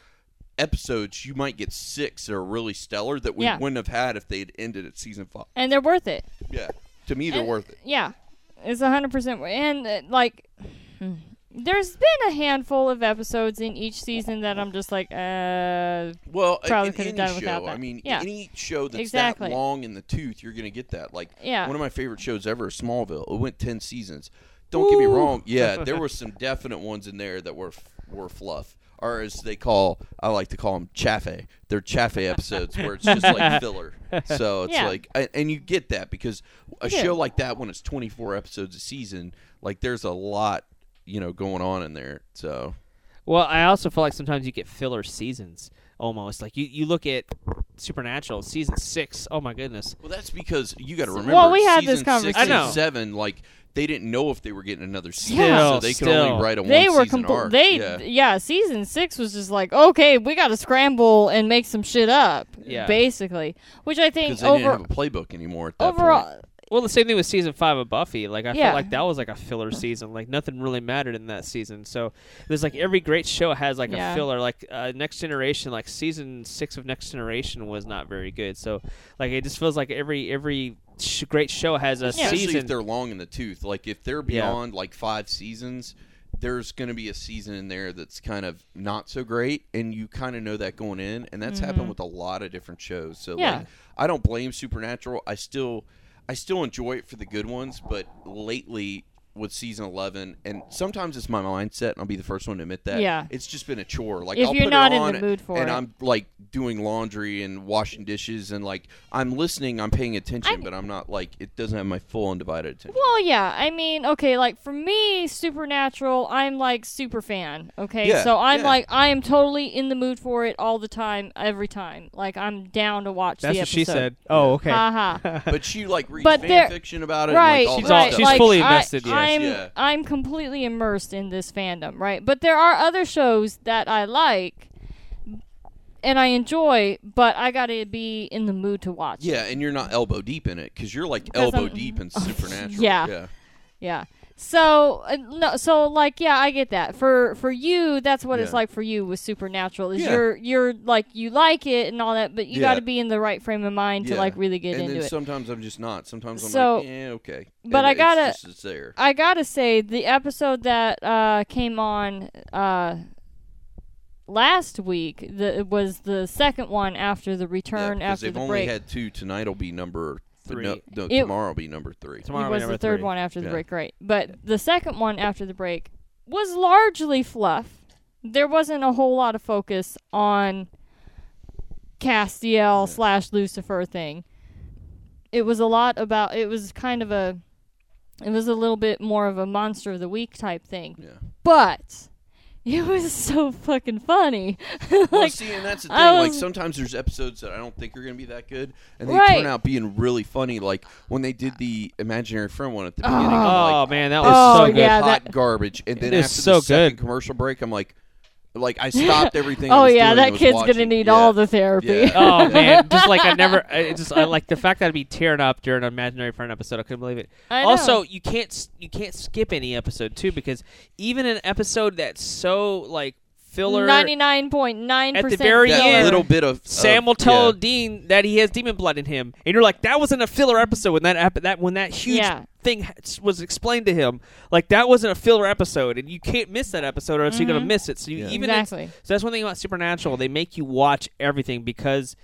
Speaker 2: episodes, you might get six that are really stellar that we
Speaker 4: Yeah.
Speaker 2: wouldn't have had if they had ended at season five.
Speaker 4: and they're worth it.
Speaker 2: Yeah. To me, they're
Speaker 4: And-
Speaker 2: worth it.
Speaker 4: Yeah, it's hundred percent. And uh, like, [SIGHS] there's been a handful of episodes in each season that I'm just like, uh,
Speaker 2: Well,
Speaker 4: Probably
Speaker 2: in
Speaker 4: could've
Speaker 2: any
Speaker 4: done
Speaker 2: show,
Speaker 4: without
Speaker 2: I
Speaker 4: that.
Speaker 2: mean,
Speaker 4: Yeah.
Speaker 2: any show that's
Speaker 4: Exactly.
Speaker 2: that long in the tooth, you're going to get that. Like,
Speaker 4: Yeah.
Speaker 2: one of my favorite shows ever, is Smallville. It went 10 seasons. Don't get me wrong.
Speaker 4: [LAUGHS]
Speaker 2: Yeah, there were some definite ones in there that were f- were fluff. Or as they call, I like to call them chaffe. They're chaffe episodes where it's just like
Speaker 4: [LAUGHS]
Speaker 2: filler. So it's
Speaker 4: Yeah.
Speaker 2: like, and, and you get that because a
Speaker 4: do.
Speaker 2: show like that when it's 24 episodes a season, like there's a lot, you know, going on in there. So
Speaker 3: well, I also feel like sometimes you get filler seasons almost. Like you, you look at Supernatural season six. Oh my goodness.
Speaker 2: Well, that's because you got to remember.
Speaker 4: Well, we had
Speaker 2: season
Speaker 4: this conversation.
Speaker 2: Six
Speaker 3: I
Speaker 2: and
Speaker 3: know.
Speaker 2: seven, like they didn't know if they were getting another season,
Speaker 3: Still,
Speaker 2: so they could
Speaker 3: still.
Speaker 2: only write a
Speaker 4: they
Speaker 2: one
Speaker 4: were
Speaker 2: season
Speaker 4: complete.
Speaker 2: arc.
Speaker 4: They
Speaker 2: yeah.
Speaker 4: yeah, season six was just like, okay, we got to scramble and make some shit up,
Speaker 3: Yeah.
Speaker 4: basically. Which I think
Speaker 2: 'Cause they
Speaker 4: over
Speaker 2: didn't have a playbook anymore at that point.
Speaker 4: overall,
Speaker 3: Well, the same thing with season five of Buffy. Like I
Speaker 4: Yeah.
Speaker 3: felt like that was like a filler season. Like nothing really mattered in that season. So there's like every great show has like a
Speaker 4: Yeah.
Speaker 3: filler. Like uh, Next Generation, like season six of Next Generation was not very good. So like it just feels like every every sh- great show has a
Speaker 2: Especially
Speaker 3: season.
Speaker 2: if they're long in the tooth. Like if they're
Speaker 3: Yeah.
Speaker 2: beyond like five seasons, there's going to be a season in there that's kind of not so great, and you kind of know that going in, and that's happened with a lot of different shows. So
Speaker 4: Mm-hmm. Yeah.
Speaker 2: like, I don't blame Supernatural. I still, I still enjoy it for the good ones, but lately with season 11 and sometimes it's my mindset and i'll be the first one to admit that
Speaker 4: Yeah.
Speaker 2: it's just been a chore like
Speaker 4: If
Speaker 2: i'll
Speaker 4: you're
Speaker 2: put
Speaker 4: not
Speaker 2: it
Speaker 4: in
Speaker 2: on
Speaker 4: the mood for
Speaker 2: and
Speaker 4: it.
Speaker 2: i'm like doing laundry and washing dishes and like i'm listening i'm paying attention but i'm not like it doesn't have my full undivided attention
Speaker 4: Well, yeah. I mean, okay, like for me, Supernatural, I'm like super fan. Okay,
Speaker 2: Yeah,
Speaker 4: so I'm
Speaker 2: yeah.
Speaker 4: like I am totally in the mood for it all the time, every time. Like I'm down to watch
Speaker 3: That's
Speaker 4: the
Speaker 3: what
Speaker 4: episode. Uh,
Speaker 3: she said. Oh, okay.
Speaker 4: Haha.
Speaker 3: [LAUGHS]
Speaker 2: but she like reads
Speaker 4: But
Speaker 2: fan
Speaker 4: there-
Speaker 2: fiction about it. and, like,
Speaker 4: right,
Speaker 2: all
Speaker 3: She's
Speaker 2: that
Speaker 3: all-
Speaker 4: right.
Speaker 2: stuff.
Speaker 3: she's
Speaker 4: like,
Speaker 3: fully
Speaker 4: I-
Speaker 3: invested, yes.
Speaker 4: I'm
Speaker 2: Yeah.
Speaker 4: I'm completely immersed in this fandom, right? But there are other shows that I like and I enjoy, but I gotta be in the mood to watch.
Speaker 2: yeah, and you're not elbow deep in it because you're like
Speaker 4: Because
Speaker 2: elbow
Speaker 4: I'm-
Speaker 2: deep in supernatural.
Speaker 4: [LAUGHS] Yeah.
Speaker 2: yeah,
Speaker 4: Yeah. So uh, no, so like yeah, I get that. For for you, that's what it's
Speaker 2: Yeah.
Speaker 4: like for you with supernatural. Is
Speaker 2: Yeah.
Speaker 4: you're you're like you like it and all that, but you
Speaker 2: Yeah.
Speaker 4: got to be in the right frame of mind
Speaker 2: yeah.
Speaker 4: to like really get
Speaker 2: and
Speaker 4: into
Speaker 2: then
Speaker 4: it.
Speaker 2: sometimes I'm just not. Sometimes I'm
Speaker 4: So-
Speaker 2: like, yeah, okay.
Speaker 4: but
Speaker 2: And
Speaker 4: I
Speaker 2: it's
Speaker 4: gotta-
Speaker 2: just- It's there.
Speaker 4: I gotta say the episode that uh, came on uh, last week the, was the second one after the
Speaker 2: Yeah,
Speaker 4: return
Speaker 2: because
Speaker 4: after
Speaker 2: they've
Speaker 4: the
Speaker 2: only
Speaker 4: break.
Speaker 2: had two. Tonight will be number
Speaker 3: three.
Speaker 2: No, no
Speaker 4: It-
Speaker 2: tomorrow will be number three.
Speaker 3: Tomorrow
Speaker 4: was
Speaker 3: number
Speaker 4: the third
Speaker 3: three.
Speaker 4: one after the
Speaker 2: Yeah.
Speaker 4: break, right? But the second one after the break was largely fluff. There wasn't a whole lot of focus on Castiel slash Lucifer thing. It was a lot about. It was kind of a. It was a little bit more of a monster of the week type thing,
Speaker 2: Yeah.
Speaker 4: but it was [LAUGHS] so fucking funny.
Speaker 2: Well,
Speaker 4: like,
Speaker 2: see, and that's the thing.
Speaker 4: I
Speaker 2: like
Speaker 4: was-
Speaker 2: sometimes there's episodes that I don't think are going to be that good, and they
Speaker 4: Right.
Speaker 2: turn out being really funny. Like when they did the imaginary friend one at the beginning. I'm
Speaker 3: Oh
Speaker 2: like,
Speaker 3: man, that
Speaker 2: this
Speaker 3: was
Speaker 4: Oh,
Speaker 3: so good.
Speaker 4: yeah,
Speaker 2: is hot
Speaker 4: that-
Speaker 2: garbage. And then
Speaker 3: It is
Speaker 2: after
Speaker 3: so
Speaker 2: the second
Speaker 3: good.
Speaker 2: commercial break, I'm like, like I stopped everything. I
Speaker 4: [LAUGHS] oh
Speaker 2: was
Speaker 4: yeah,
Speaker 2: doing
Speaker 4: that
Speaker 2: and was
Speaker 4: kid's gonna
Speaker 2: watching.
Speaker 4: need
Speaker 2: Yeah.
Speaker 4: all the therapy. [LAUGHS]
Speaker 2: Yeah.
Speaker 3: Oh man, just like I never, I it just I like the fact that I'd be tearing up during an imaginary friend episode. I couldn't believe it.
Speaker 4: I know.
Speaker 3: also, you can't s- you can't skip any episode too because even an episode that's so like filler,
Speaker 4: Ninety nine point nine percent.
Speaker 3: At the very
Speaker 2: That
Speaker 3: end,
Speaker 2: little bit of
Speaker 3: Sam
Speaker 2: of-
Speaker 3: will tell
Speaker 2: Uh, yeah.
Speaker 3: Dean that he has demon blood in him, and you're like, that wasn't a filler episode when that ep- that when that huge
Speaker 4: Yeah.
Speaker 3: thing ha- was explained to him. Like that wasn't a filler episode, and you can't miss that episode, or else you're gonna miss it. So you,
Speaker 2: Yeah.
Speaker 3: even it's-
Speaker 4: Mm-hmm. exactly.
Speaker 3: so that's one thing about Supernatural. They make you watch everything because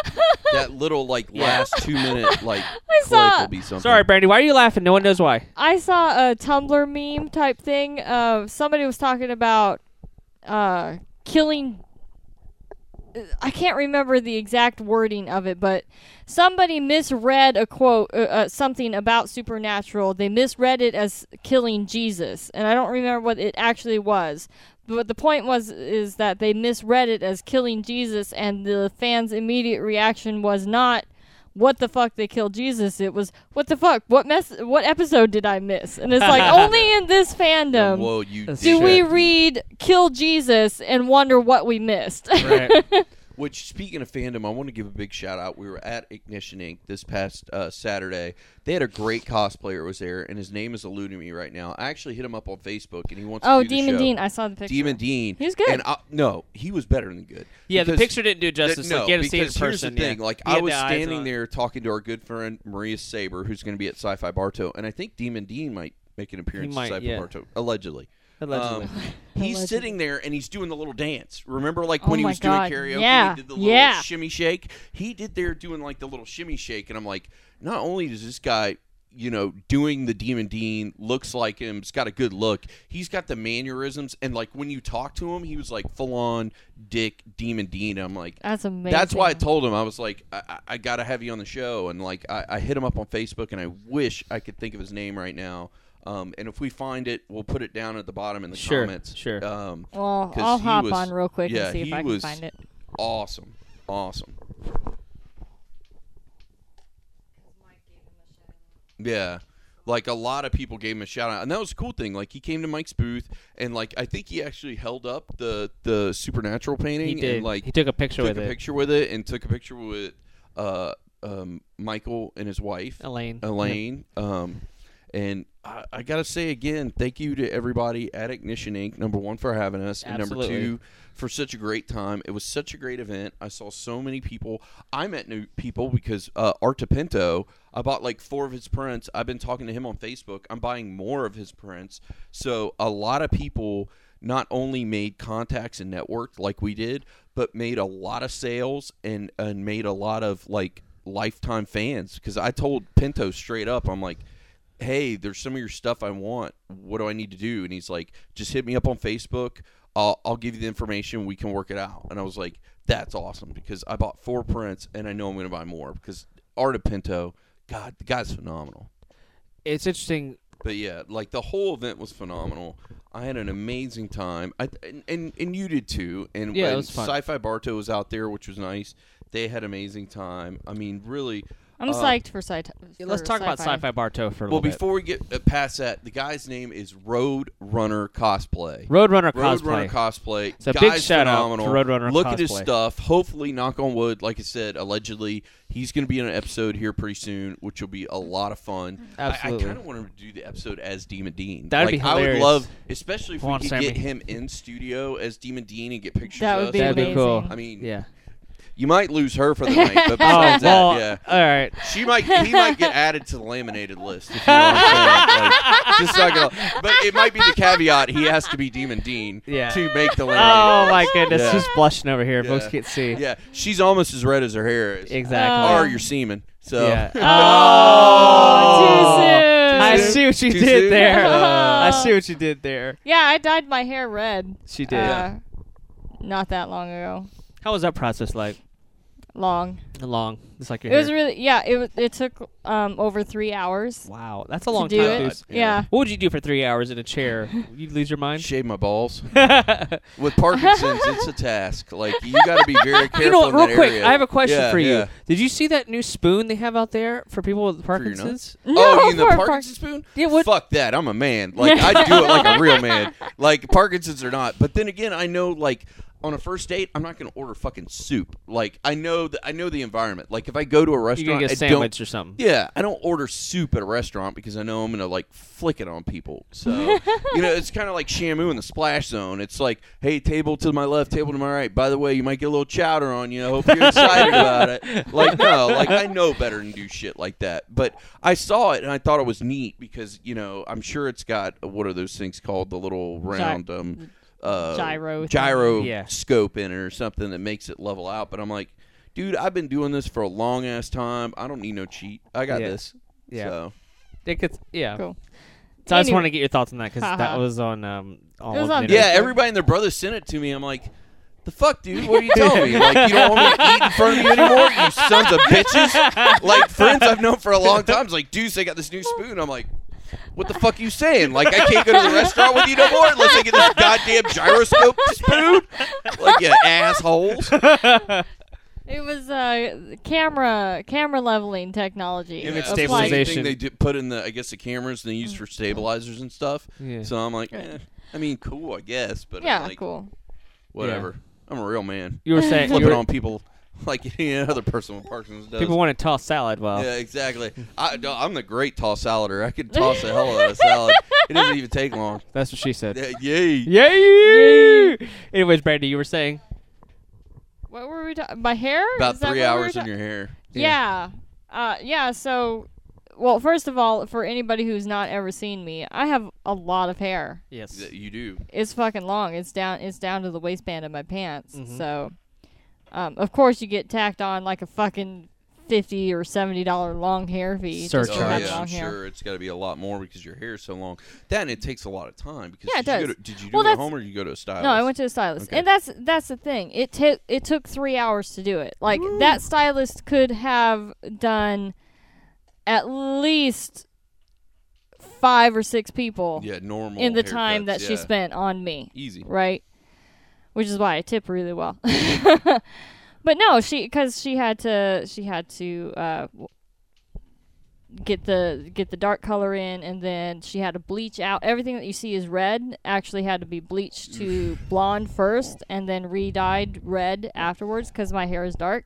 Speaker 2: [LAUGHS] that little
Speaker 4: [LAUGHS]
Speaker 2: like
Speaker 3: Yeah.
Speaker 2: last two minute like clip
Speaker 4: saw-
Speaker 2: will be something.
Speaker 3: Sorry, Brandy, why are you laughing? No one knows why.
Speaker 4: I saw a Tumblr meme type thing. Uh, somebody was talking about uh, killing. I can't remember the exact wording of it, but somebody misread a quote, uh, uh, something about supernatural. They misread it as killing Jesus, and I don't remember what it actually was. But the point was is that they misread it as killing Jesus, and the fans' immediate reaction was not what the fuck they killed Jesus. It was what the fuck what mess what episode did I miss? And it's like only in this fandom
Speaker 2: Whoa, you
Speaker 4: do
Speaker 2: did
Speaker 4: we
Speaker 2: that.
Speaker 4: read kill Jesus and wonder what
Speaker 2: [LAUGHS]
Speaker 4: we missed.
Speaker 3: [LAUGHS]
Speaker 2: Which, speaking of fandom, I want to give a big shout out. We were at Ignition Inc. this past uh, Saturday. They had a great cosplayer was there, and his name is eluding me right now. I actually hit him up on Facebook, and he wants.
Speaker 4: oh,
Speaker 2: to do the
Speaker 4: Demon
Speaker 2: show.
Speaker 4: Dean, I saw the picture.
Speaker 2: Demon Dean.
Speaker 4: He was good.
Speaker 2: And I, no, he was better than good.
Speaker 3: Yeah, the
Speaker 2: Because-
Speaker 3: picture didn't do it justice.
Speaker 2: no,
Speaker 3: like, you had to see it in
Speaker 2: because here's the
Speaker 3: person, yeah.
Speaker 2: thing. Like
Speaker 3: He
Speaker 2: I
Speaker 3: had
Speaker 2: was
Speaker 3: the eyes
Speaker 2: standing
Speaker 3: on.
Speaker 2: there talking to our good friend Maria Saber, who's going to be at Sci-Fi Bartow, and I think Demon Dean might make an appearance
Speaker 3: might,
Speaker 2: at Sci-Fi
Speaker 3: yeah.
Speaker 2: Bartow allegedly.
Speaker 3: [LAUGHS] Allegedly.
Speaker 2: Um, he's
Speaker 4: Allegedly.
Speaker 2: sitting there and he's doing the little dance. Remember, like
Speaker 4: Oh
Speaker 2: when he
Speaker 4: my
Speaker 2: was
Speaker 4: God,
Speaker 2: doing karaoke, he
Speaker 4: yeah,
Speaker 2: did the little
Speaker 4: yeah.
Speaker 2: shimmy shake. He did there doing like the little shimmy shake, and I'm like, not only does this guy, you know, doing the Demon Dean looks like him, he's got a good look. He's got the mannerisms, and like when you talk to him, he was like full on Dick Demon Dean. I'm like,
Speaker 4: That's amazing.
Speaker 2: that's why I told him I was like, I, I- I gotta have you on the show, and like I, I hit him up on Facebook, and I wish I could think of his name right now. Um, and if we find it, we'll put it down at the bottom in the
Speaker 3: Sure,
Speaker 2: comments.
Speaker 3: sure.
Speaker 2: Um,
Speaker 4: Well,
Speaker 2: 'cause
Speaker 4: I'll
Speaker 2: he
Speaker 4: hop
Speaker 2: was-
Speaker 4: on real quick
Speaker 2: yeah,
Speaker 4: and see if
Speaker 2: he
Speaker 4: I can
Speaker 2: was
Speaker 4: find it.
Speaker 2: Awesome, awesome. Yeah. Like a lot of people gave him a shout out, and that was a cool thing. Like he came to Mike's booth, and like I think he actually held up the the supernatural painting.
Speaker 3: He did.
Speaker 2: And, like
Speaker 3: he took a picture
Speaker 2: took
Speaker 3: with
Speaker 2: a
Speaker 3: it.
Speaker 2: picture with it and took a picture with uh, um, Michael and his wife
Speaker 3: Elaine.
Speaker 2: Elaine. Um, and I, I gotta say again, thank you to everybody at Ignition Inc. Number one for having us, and number
Speaker 3: Absolutely.
Speaker 2: two for such a great time. It was such a great event. I saw so many people. I met new people because uh, Arte Pinto. I bought like four of his prints. I've been talking to him on Facebook. I'm buying more of his prints. So a lot of people not only made contacts and networked like we did, but made a lot of sales and and made a lot of like lifetime fans. Because I told Pinto straight up, I'm like hey, there's some of your stuff I want. What do I need to do? And he's like, just hit me up on Facebook. I'll, I'll give you the information. We can work it out. And I was like, that's awesome because I bought four prints and I know I'm going to buy more because Art of Pinto, God, the guy's phenomenal.
Speaker 3: It's interesting.
Speaker 2: But yeah, like the whole event was phenomenal. I had an amazing time. I and and, and you did too. And
Speaker 3: Yeah, it
Speaker 2: and
Speaker 3: was fun.
Speaker 2: Sci-Fi Barto was out there, which was nice. They had amazing time. I mean, really.
Speaker 4: I'm
Speaker 2: uh,
Speaker 4: psyched for sci.
Speaker 3: Yeah, Let's talk about Sci-Fi Bartow for a
Speaker 2: Well,
Speaker 3: little bit.
Speaker 2: before we get uh, past that, the guy's name is Road Runner Cosplay.
Speaker 3: Roadrunner
Speaker 2: Roadrunner
Speaker 3: cosplay.
Speaker 2: cosplay.
Speaker 3: So
Speaker 2: Guy's
Speaker 3: big shout out
Speaker 2: phenomenal.
Speaker 3: to Roadrunner
Speaker 2: Look at his
Speaker 3: cosplay.
Speaker 2: stuff. Hopefully, knock on wood, like I said, allegedly, he's going to be in an episode here pretty soon, which will be a lot of fun. I-
Speaker 3: Absolutely.
Speaker 2: I, kind of want him to do the episode as Demon Dean.
Speaker 3: That'd
Speaker 2: like,
Speaker 3: be
Speaker 2: I would
Speaker 3: hilarious.
Speaker 2: love, especially if
Speaker 3: Come
Speaker 2: we
Speaker 3: on,
Speaker 2: could
Speaker 3: Sammy.
Speaker 2: get him in studio as Demon Dean and get pictures
Speaker 4: That
Speaker 2: of
Speaker 4: would
Speaker 2: us.
Speaker 4: be
Speaker 3: That'd be
Speaker 2: [LAUGHS]
Speaker 4: amazing.
Speaker 3: cool.
Speaker 2: I mean,
Speaker 3: yeah. Oh,
Speaker 2: You might lose her
Speaker 4: [LAUGHS]
Speaker 2: for the night, but besides
Speaker 3: well,
Speaker 2: that, yeah.
Speaker 3: all right.
Speaker 2: She might he might get added to the laminated list. If you know what I'm saying. Like, just like a- but it might be the caveat he has to be Demon Dean
Speaker 3: Yeah.
Speaker 2: to make the
Speaker 3: Oh
Speaker 2: laminated.
Speaker 3: my goodness,
Speaker 2: Yeah.
Speaker 3: she's blushing over here. Folks
Speaker 2: Yeah.
Speaker 3: can't see.
Speaker 2: Yeah, she's almost as red as her hair is.
Speaker 3: Exactly.
Speaker 2: Or your semen. So
Speaker 3: Yeah.
Speaker 4: Oh,
Speaker 3: Oh.
Speaker 2: [LAUGHS]
Speaker 4: too soon.
Speaker 3: I see what you
Speaker 2: Too
Speaker 3: did
Speaker 2: soon? [LAUGHS]
Speaker 3: there.
Speaker 4: Uh.
Speaker 3: I see what you did there.
Speaker 4: Yeah, I dyed my hair red.
Speaker 3: She did.
Speaker 4: Uh, not that long ago.
Speaker 3: How was that process like?
Speaker 4: Long.
Speaker 3: Long. It's like your
Speaker 4: It was
Speaker 3: hair.
Speaker 4: really yeah. It was. It took um over three hours
Speaker 3: wow. That's a long
Speaker 4: to do
Speaker 3: time.
Speaker 4: it.
Speaker 3: dude.
Speaker 4: Yeah.
Speaker 3: What would you do for three hours in a chair? You'd lose your mind.
Speaker 2: [LAUGHS] shave my
Speaker 3: [LAUGHS]
Speaker 2: balls.
Speaker 3: you
Speaker 2: With Parkinson's, it's a task. Like you got to be very careful.
Speaker 3: know what?
Speaker 2: in that
Speaker 3: Real quick,
Speaker 2: area.
Speaker 3: I have a question
Speaker 2: Yeah,
Speaker 3: for you.
Speaker 2: yeah.
Speaker 3: Did you see that new spoon they have out there for people with
Speaker 2: For your
Speaker 3: Parkinson's?
Speaker 2: nuts?
Speaker 4: No,
Speaker 2: oh, you mean the
Speaker 4: for Park-
Speaker 2: Parkinson's spoon?
Speaker 3: Yeah, what-
Speaker 2: Fuck that. I'm a man. Like I do it like a real [LAUGHS] man. Like Parkinson's or not. But then again, I know like on a first date, I'm not gonna order fucking soup. Like I know that I know the environment. Like if I go to a
Speaker 3: You can
Speaker 2: restaurant,
Speaker 3: get a
Speaker 2: I
Speaker 3: sandwich
Speaker 2: don't.
Speaker 3: or something.
Speaker 2: Yeah, I don't order soup at a restaurant because I know I'm gonna like flick it on people.
Speaker 4: [LAUGHS]
Speaker 2: So you know, it's kind of like Shamu in the splash zone. It's like, hey, table to my left, table to my right. By the way, you might get a little chowder on you. I hope you're excited about
Speaker 4: [LAUGHS]
Speaker 2: it. Like no, like I know better than do shit like that. But I saw it and I thought it was neat because you know I'm sure it's got what are those things called? The little round um uh,
Speaker 4: Gyro thing.
Speaker 2: gyro
Speaker 3: Yeah.
Speaker 2: scope in it or something that makes it level out. But I'm like. Dude, I've been doing this for a long ass time. I don't need no cheat. I got
Speaker 3: Yeah.
Speaker 2: this.
Speaker 3: Yeah.
Speaker 2: So.
Speaker 3: It gets- yeah.
Speaker 4: Cool.
Speaker 3: So I just
Speaker 4: Anyway.
Speaker 3: want to get your thoughts on that because that
Speaker 4: Haha.
Speaker 3: was on um all
Speaker 4: It
Speaker 3: of
Speaker 4: was on
Speaker 3: the
Speaker 2: Yeah,
Speaker 3: internet.
Speaker 2: everybody and their brother sent it to me. I'm like, the fuck, dude? What are you telling me? Like, you don't want me to eat in front of you anymore, you sons of bitches? Like, friends I've known for a long time is like, dude, I got this new spoon. I'm like, what the fuck you saying? Like, I can't go to the restaurant with you no more unless I get this goddamn gyroscope spoon? Like, you assholes.
Speaker 4: It was uh camera camera leveling technology.
Speaker 3: Image
Speaker 4: applied-
Speaker 3: stabilization.
Speaker 2: Same thing they do, put in the, I guess, the cameras they use for
Speaker 4: Mm-hmm.
Speaker 2: stabilizers and stuff.
Speaker 3: Yeah.
Speaker 2: So I'm like, eh, I mean, cool, I guess, but I'm
Speaker 4: Yeah,
Speaker 2: like,
Speaker 4: cool.
Speaker 2: whatever. I'm a real man.
Speaker 3: You were
Speaker 2: [LAUGHS]
Speaker 3: saying you
Speaker 2: flipping
Speaker 3: were-
Speaker 2: on people like [LAUGHS] any other person with Parkinson's does.
Speaker 3: people want to toss salad. Well,
Speaker 2: yeah, exactly. I, no, I'm the great toss salader. I can toss the hell out of salad. It doesn't even take
Speaker 4: [LAUGHS]
Speaker 2: long.
Speaker 3: that's what she said.
Speaker 2: Yeah, yay.
Speaker 3: Yeah. Anyways, Brandy, you were saying
Speaker 4: What were we talking? My hair?
Speaker 2: About
Speaker 4: Is that
Speaker 2: three
Speaker 4: what we were
Speaker 2: hours
Speaker 4: ta-
Speaker 2: in your hair.
Speaker 4: Yeah. Uh, yeah, so, well, first of all, for anybody who's not ever seen me, I have a lot of hair.
Speaker 3: yes.
Speaker 2: Yeah, You do.
Speaker 4: It's fucking long. It's down It's down to the waistband of my pants.
Speaker 3: Mm-hmm.
Speaker 4: So, um, of course, you get tacked on like a fucking 50 or $70 long hair fee. just for
Speaker 3: Surcharge.
Speaker 2: Oh,
Speaker 4: that
Speaker 2: yeah, I'm
Speaker 4: long hair.
Speaker 2: sure it's got to be a lot more because your hair is so long. Then it takes a lot of time. Because
Speaker 4: Yeah, it
Speaker 2: did you go
Speaker 4: does.
Speaker 2: to- did you do
Speaker 4: Well,
Speaker 2: it at
Speaker 4: that's-
Speaker 2: home or did you go to a stylist?
Speaker 4: No, I went to a stylist,
Speaker 2: Okay.
Speaker 4: and that's that's the thing. It took it took three hours to do it. Like that stylist could have done at least five or six people
Speaker 2: yeah, normal
Speaker 4: in the time that
Speaker 2: haircuts,
Speaker 4: she
Speaker 2: yeah.
Speaker 4: spent on me,
Speaker 2: Easy.
Speaker 4: right? Which is why I tip really well. [LAUGHS] but no, she because she had to she had to uh, w- get the get the dark color in, and then she had to bleach out everything that you see is red. Actually, had to be bleached to blonde first, and then re-dyed red afterwards because my hair is dark.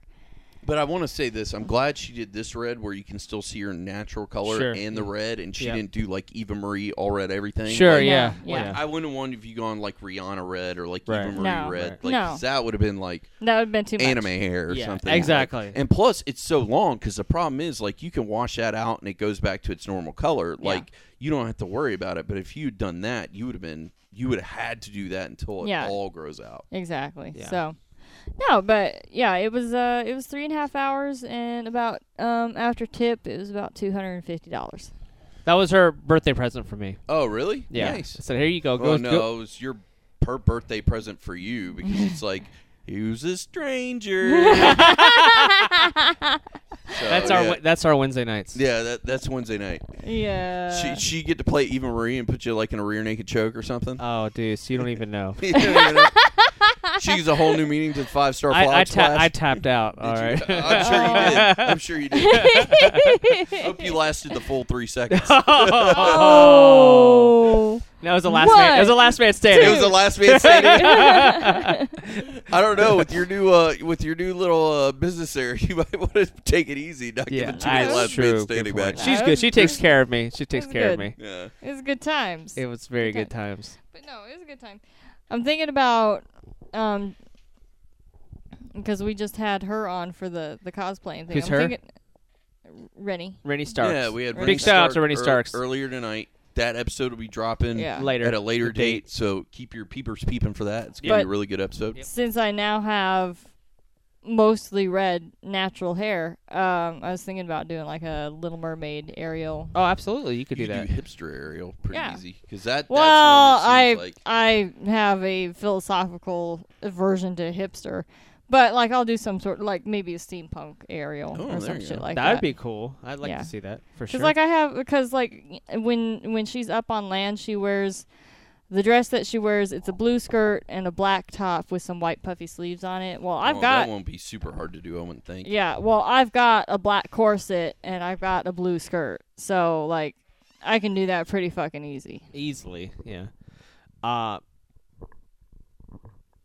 Speaker 2: But I want to say this. I'm glad she did this red where you can still see her natural color
Speaker 3: Sure.
Speaker 2: and the red, and she
Speaker 3: Yeah.
Speaker 2: didn't do like Eva Marie all red everything.
Speaker 3: Sure.
Speaker 2: Like,
Speaker 3: Yeah.
Speaker 4: Yeah.
Speaker 3: yeah.
Speaker 2: I wouldn't want if you gone like Rihanna red or like
Speaker 3: Right.
Speaker 2: Eva Marie
Speaker 4: No.
Speaker 2: red.
Speaker 3: Right.
Speaker 2: Like
Speaker 4: No.
Speaker 2: 'cause that would have been like
Speaker 4: That would have been too much.
Speaker 2: anime hair or
Speaker 3: Yeah,
Speaker 2: something.
Speaker 3: exactly.
Speaker 2: Like- and plus, it's so long because the problem is like you can wash that out and it goes back to its normal color. Like you don't have to worry about it. But if you'd done that, you would have been you would have had to do that until it
Speaker 4: Yeah.
Speaker 2: all grows out.
Speaker 4: Exactly.
Speaker 3: Yeah.
Speaker 4: So no, but yeah, it was uh it was three and a half hours and about um after tip it was about two hundred and fifty dollars.
Speaker 3: That was her birthday present for me.
Speaker 2: Oh, really?
Speaker 3: Yeah.
Speaker 2: Nice.
Speaker 3: I said, here you go. Go.
Speaker 2: Oh
Speaker 3: go-
Speaker 2: no, it was your per birthday present for you because
Speaker 3: [LAUGHS]
Speaker 2: it's like he was a stranger. So,
Speaker 3: That's our
Speaker 2: Oh, yeah.
Speaker 3: Wed- that's our Wednesday nights.
Speaker 2: yeah, that, that's Wednesday night.
Speaker 4: Yeah.
Speaker 2: she [LAUGHS] she get to play Eva Marie and put you like in a rear naked choke or something.
Speaker 3: Oh, dude, so you don't even know.
Speaker 2: [LAUGHS] You know? she gives a whole new meaning to the five star flag
Speaker 3: I I, ta-
Speaker 2: splash.
Speaker 3: I tapped out. All
Speaker 2: Did
Speaker 3: right.
Speaker 2: you? I'm sure you
Speaker 3: [LAUGHS]
Speaker 2: did. I'm sure you did. Hope you lasted the full
Speaker 3: [LAUGHS]
Speaker 2: three seconds.
Speaker 3: oh. That was the last man. It was the last man standing.
Speaker 2: It was the last man standing.
Speaker 4: [LAUGHS]
Speaker 2: I don't know
Speaker 3: [LAUGHS]
Speaker 2: with your new uh, with your new little uh, business there, [LAUGHS] you might want to take it easy, not
Speaker 3: yeah,
Speaker 2: give it too many
Speaker 3: that's
Speaker 2: last
Speaker 3: true.
Speaker 2: man
Speaker 3: Good
Speaker 2: standing
Speaker 3: point.
Speaker 2: back.
Speaker 3: She's good. She takes care of me. She takes
Speaker 4: That's
Speaker 3: care of
Speaker 4: good.
Speaker 3: me.
Speaker 2: yeah.
Speaker 4: it was good times.
Speaker 3: It was very good times.
Speaker 4: but no, it was a good time. I'm thinking about um because we just had her on for the the cosplaying thing.
Speaker 3: Who's
Speaker 4: I'm
Speaker 3: her?
Speaker 4: Thinking, uh, Rennie.
Speaker 3: Rennie Starks.
Speaker 2: Yeah, we had
Speaker 4: Big
Speaker 2: Rennie
Speaker 3: shout out to
Speaker 2: Stark
Speaker 3: Rennie
Speaker 2: ear-
Speaker 3: Starks.
Speaker 2: earlier tonight. That episode will be dropping
Speaker 4: Yeah.
Speaker 3: later
Speaker 2: at a later
Speaker 3: The
Speaker 2: date, so keep your peepers peeping for that. It's gonna be
Speaker 4: But-
Speaker 2: a really good episode.
Speaker 4: Since I now have mostly red natural hair, um, I was thinking about doing like a Little Mermaid Ariel.
Speaker 3: Oh, absolutely, you could
Speaker 2: You
Speaker 3: do that.
Speaker 2: do [LAUGHS] hipster aerial pretty
Speaker 4: Yeah.
Speaker 2: easy because that.
Speaker 4: Well,
Speaker 2: that's one that
Speaker 4: I
Speaker 2: seems like,
Speaker 4: I have a philosophical aversion to hipster, but like I'll do some sort of like maybe a steampunk Ariel
Speaker 2: Oh, there
Speaker 4: or some
Speaker 2: you
Speaker 4: shit
Speaker 2: go.
Speaker 4: like
Speaker 3: That'd
Speaker 4: that.
Speaker 3: be cool. I'd like
Speaker 4: Yeah.
Speaker 3: to see that for sure.
Speaker 4: Because like I have, because like when when she's up on land, she wears the dress that she wears. It's a blue skirt and a black top with some white puffy sleeves on it. Well, I've
Speaker 2: well,
Speaker 4: got
Speaker 2: Oh, that won't be super hard to do. I wouldn't think.
Speaker 4: yeah. Well, I've got a black corset and I've got a blue skirt. So like, I can do that pretty fucking easy.
Speaker 3: Easily, yeah. Uh,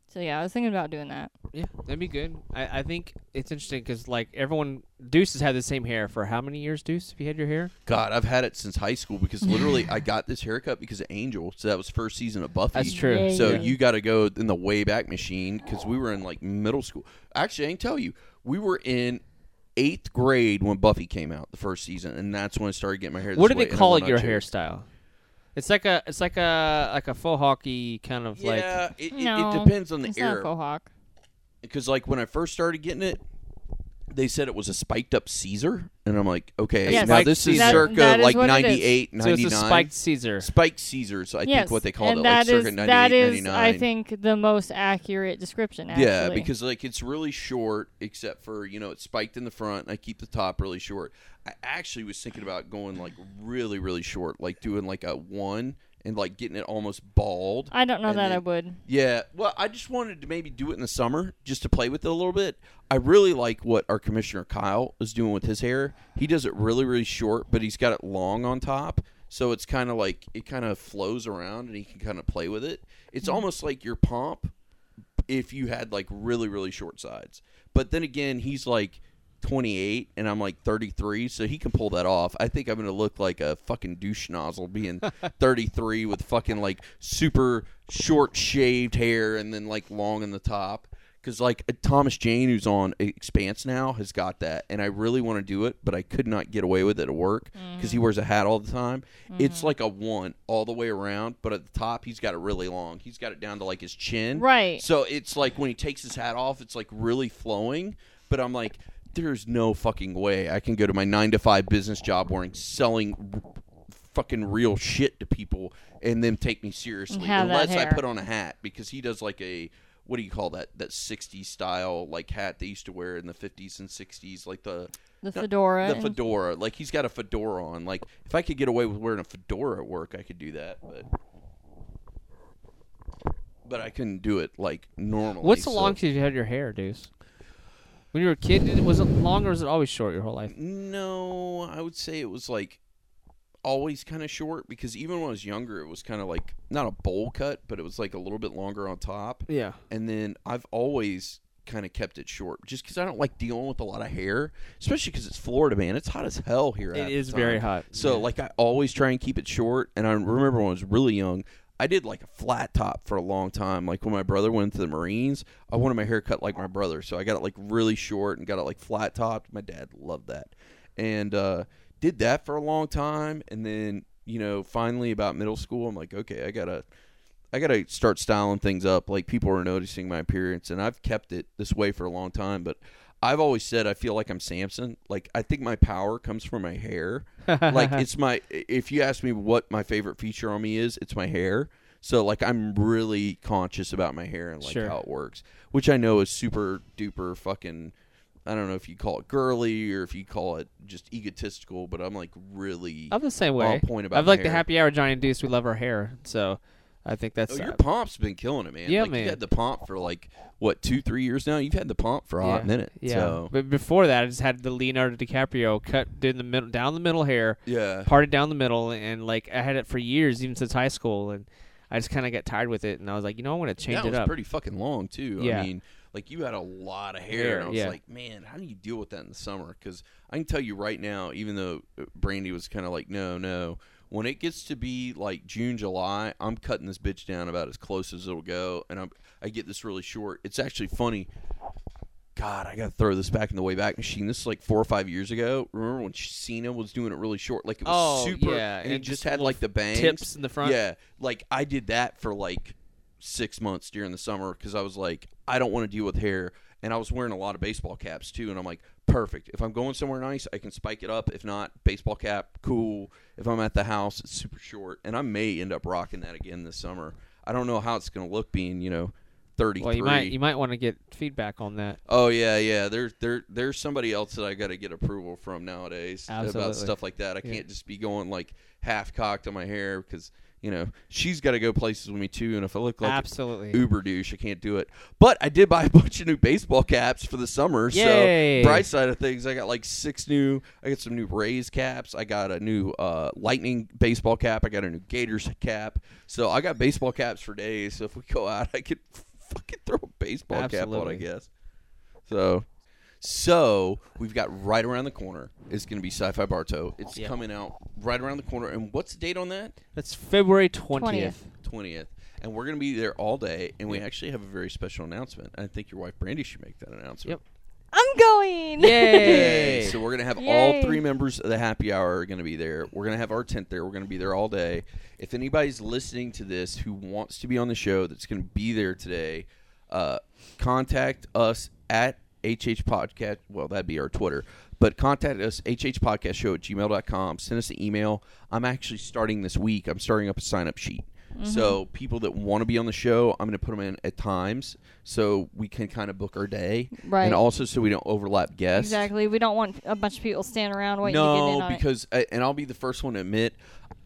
Speaker 4: So yeah, I was thinking about doing that.
Speaker 3: yeah, that'd be good. I, I think it's interesting because like everyone, Deuce has had the same hair for how many years? Deuce, have you had your hair?
Speaker 2: God, I've had it since high school because
Speaker 4: [LAUGHS]
Speaker 2: literally I got this haircut because of Angel. So that was first season of Buffy.
Speaker 3: That's true.
Speaker 4: Yeah,
Speaker 2: So
Speaker 4: yeah.
Speaker 2: you got to go in the way back machine because we were in like middle school. Actually, I can tell you, we were in eighth grade when Buffy came out the first season, and that's when I started getting my hair. This
Speaker 3: What do they
Speaker 2: way, and I
Speaker 3: call
Speaker 2: will
Speaker 3: it?
Speaker 2: not
Speaker 3: Your
Speaker 2: shave.
Speaker 3: hairstyle? It's like a, it's like a, like a faux hockey kind of
Speaker 2: Yeah,
Speaker 3: like.
Speaker 2: it, it- it
Speaker 4: No,
Speaker 2: depends on the
Speaker 4: It's not a
Speaker 2: era.
Speaker 4: faux hawk.
Speaker 2: Because like when I first started getting it. They said it was a spiked up Caesar, and I'm like, okay,
Speaker 4: Yes,
Speaker 2: now
Speaker 3: Spiked
Speaker 2: this is
Speaker 3: Caesar.
Speaker 2: circa
Speaker 4: That- that is
Speaker 2: like
Speaker 4: what it is.
Speaker 2: 98,
Speaker 3: So it's
Speaker 2: 99.
Speaker 3: a spiked Caesar.
Speaker 2: Spike Caesars, I
Speaker 4: yes,
Speaker 2: think what they called
Speaker 4: and
Speaker 2: it, like
Speaker 4: that
Speaker 2: circa
Speaker 4: is-
Speaker 2: 98,
Speaker 4: that is,
Speaker 2: 99.
Speaker 4: I think, the most accurate description. Actually.
Speaker 2: Yeah, because like it's really short, except for you know it's spiked in the front. And I keep the top really short. I actually was thinking about going like really, really short, like doing like a one and like getting it almost bald.
Speaker 4: I don't know
Speaker 2: and
Speaker 4: that I
Speaker 2: then-
Speaker 4: would.
Speaker 2: Yeah, well, I just wanted to maybe do it in the summer just to play with it a little bit. I really like what our commissioner Kyle is doing with his hair. He does it really, really short, but he's got it long on top, so it's kind of like it kind of flows around, and he can kind of play with it. It's
Speaker 4: Mm-hmm.
Speaker 2: almost like your pomp if you had like really, really short sides. But then again, he's like. 28 and I'm like 33, so he can pull that off. I think I'm gonna look like a fucking douche nozzle being 33 with fucking like super short shaved hair and then like long in the top. Because like uh, Thomas Jane, who's on Expanse now, has got that, and I really want to do it, but I could not get away with it at work because he wears a hat all the time. It's like a one all the way around, but at the top he's got it really long. He's got it down to like his chin,
Speaker 4: Right.
Speaker 2: so it's like when he takes his hat off, it's like really flowing. But I'm like, there's no fucking way I can go to my nine to five business job wearing selling r- fucking real shit to people and them take me seriously
Speaker 4: Have that
Speaker 2: unless I
Speaker 4: hair.
Speaker 2: put on a hat because he does like a what do you call that that 60s style like hat they used to wear in the 50s and 60s like the
Speaker 4: The
Speaker 2: not-
Speaker 4: fedora.
Speaker 2: the
Speaker 4: and-
Speaker 2: fedora like he's got a fedora on like if I could get away with wearing a fedora at work I could do that but but I couldn't do it like normally
Speaker 3: What's the
Speaker 2: so-
Speaker 3: longest you had your hair, Deuce? When you were a kid, did- was it long or was it always short your whole life?
Speaker 2: No, I would say it was like always kind of short because even when I was younger, it was kind of like not a bowl cut, but it was like a little bit longer on top.
Speaker 3: Yeah.
Speaker 2: And then I've always kind of kept it short just because I don't like dealing with a lot of hair, especially because it's Florida, man. It's hot as hell here.
Speaker 3: It is very hot.
Speaker 2: So like I always try and keep it short. And I remember when I was really young, I did like a flat top for a long time. Like when my brother went to the Marines, I wanted my hair cut like my brother, so I got it like really short and got it like flat topped. My dad loved that, and uh, did that for a long time. And then you know, finally about middle school, I'm like, okay, I gotta. I gotta start styling things up. Like people are noticing my appearance, and I've kept it this way for a long time. But I've always said I feel like I'm Samson. Like I think my power comes from my hair. like it's my. If you ask me what my favorite feature on me is, it's my hair. So like I'm really conscious about my hair and like
Speaker 3: Sure.
Speaker 2: how it works, which I know is super duper fucking. I don't know if you call it girly or if you call it just egotistical, but I'm like really.
Speaker 3: I'm the same way.
Speaker 2: point about
Speaker 3: I've like the
Speaker 2: hair.
Speaker 3: happy hour Johnny and Deuce. We love our hair, so I think that's
Speaker 2: Oh, your
Speaker 3: uh,
Speaker 2: pomp's been killing it, man.
Speaker 3: Yeah,
Speaker 2: like,
Speaker 3: man.
Speaker 2: You had the pomp for like what two, three years now. You've had the pomp for a
Speaker 3: yeah,
Speaker 2: hot minute.
Speaker 3: Yeah,
Speaker 2: So
Speaker 3: but before that, I just had the Leonardo DiCaprio cut down the middle, down the middle hair,
Speaker 2: yeah,
Speaker 3: parted down the middle, and like I had it for years, even since high school, and I just kind of got tired with it, and I was like, you know, I want to change
Speaker 2: that
Speaker 3: it
Speaker 2: was
Speaker 3: up.
Speaker 2: pretty fucking long too.
Speaker 3: Yeah.
Speaker 2: I mean, like you had a lot of hair,
Speaker 3: Hair,
Speaker 2: and I was
Speaker 3: yeah.
Speaker 2: like, man, how do you deal with that in the summer? Because I can tell you right now, even though uh, Brandy was kind of like, no, no. When it gets to be like June, July, I'm cutting this bitch down about as close as it'll go, and I'm I get this really short. It's actually funny. God, I gotta throw this back in the way back machine. This is like four or five years ago. Remember when Cena was doing it really short, like it was
Speaker 3: Oh,
Speaker 2: super,
Speaker 3: yeah,
Speaker 2: and he
Speaker 3: and
Speaker 2: just
Speaker 3: just
Speaker 2: had
Speaker 3: little
Speaker 2: like the bangs,
Speaker 3: tips in the front.
Speaker 2: Yeah, like I did that for like six months during the summer because I was like, I don't want to deal with hair, and I was wearing a lot of baseball caps too, and I'm like, perfect. If I'm going somewhere nice, I can spike it up. If not, baseball cap, cool. If I'm at the house, it's super short, and I may end up rocking that again this summer. I don't know how it's gonna look being, you know. 33.
Speaker 3: Well, you might you might want to get feedback on that.
Speaker 2: Oh yeah, yeah. There's there there's somebody else that I got to get approval from nowadays about
Speaker 3: Absolutely.
Speaker 2: stuff like that. I
Speaker 3: Yeah.
Speaker 2: can't just be going like half cocked on my hair because you know she's got to go places with me too. And if I look like
Speaker 3: Absolutely.
Speaker 2: an uber douche, I can't do it. But I did buy a [LAUGHS] bunch of new baseball caps for the summer.
Speaker 3: Yay.
Speaker 2: So bright side of things, I got like six new. I got some new Rays caps. I got a new uh, Lightning baseball cap. I got a new Gators cap. So I got baseball caps for days. So if we go out, I could [LAUGHS] fucking throw a baseball cap on. I
Speaker 3: Absolutely.
Speaker 2: guess. So, so we've got right around the corner. It's going to be Sci-Fi Barto. It's
Speaker 3: Yeah.
Speaker 2: coming out right around the corner. And what's the date on that?
Speaker 3: That's February twentieth.
Speaker 2: 20th. And we're going to be there all day. And we actually have a very special announcement. I think your wife Brandy should make that
Speaker 3: Yep.
Speaker 2: announcement.
Speaker 4: I'm going. [LAUGHS]
Speaker 3: Yay!
Speaker 2: So we're gonna have all
Speaker 4: Yay.
Speaker 2: three members of the happy hour are gonna be there. We're gonna have our tent there. We're gonna be there all day. If anybody's listening to this who wants to be on the show, that's gonna be there today, uh, contact us at HH Podcast. Well, that'd be our Twitter. But contact us, hhpodcastshow at gmail.com. Send us an email. I'm actually starting this week. I'm starting up a sign up sheet.
Speaker 4: Mm-hmm.
Speaker 2: So people that want to be on the show, I'm going to put them in at times so we can kind of book our day,
Speaker 4: Right.
Speaker 2: And also so we don't overlap guests.
Speaker 4: Exactly. We don't want a bunch of people standing around waiting to get
Speaker 2: No,
Speaker 4: in on
Speaker 2: because I, and I'll be the first one to admit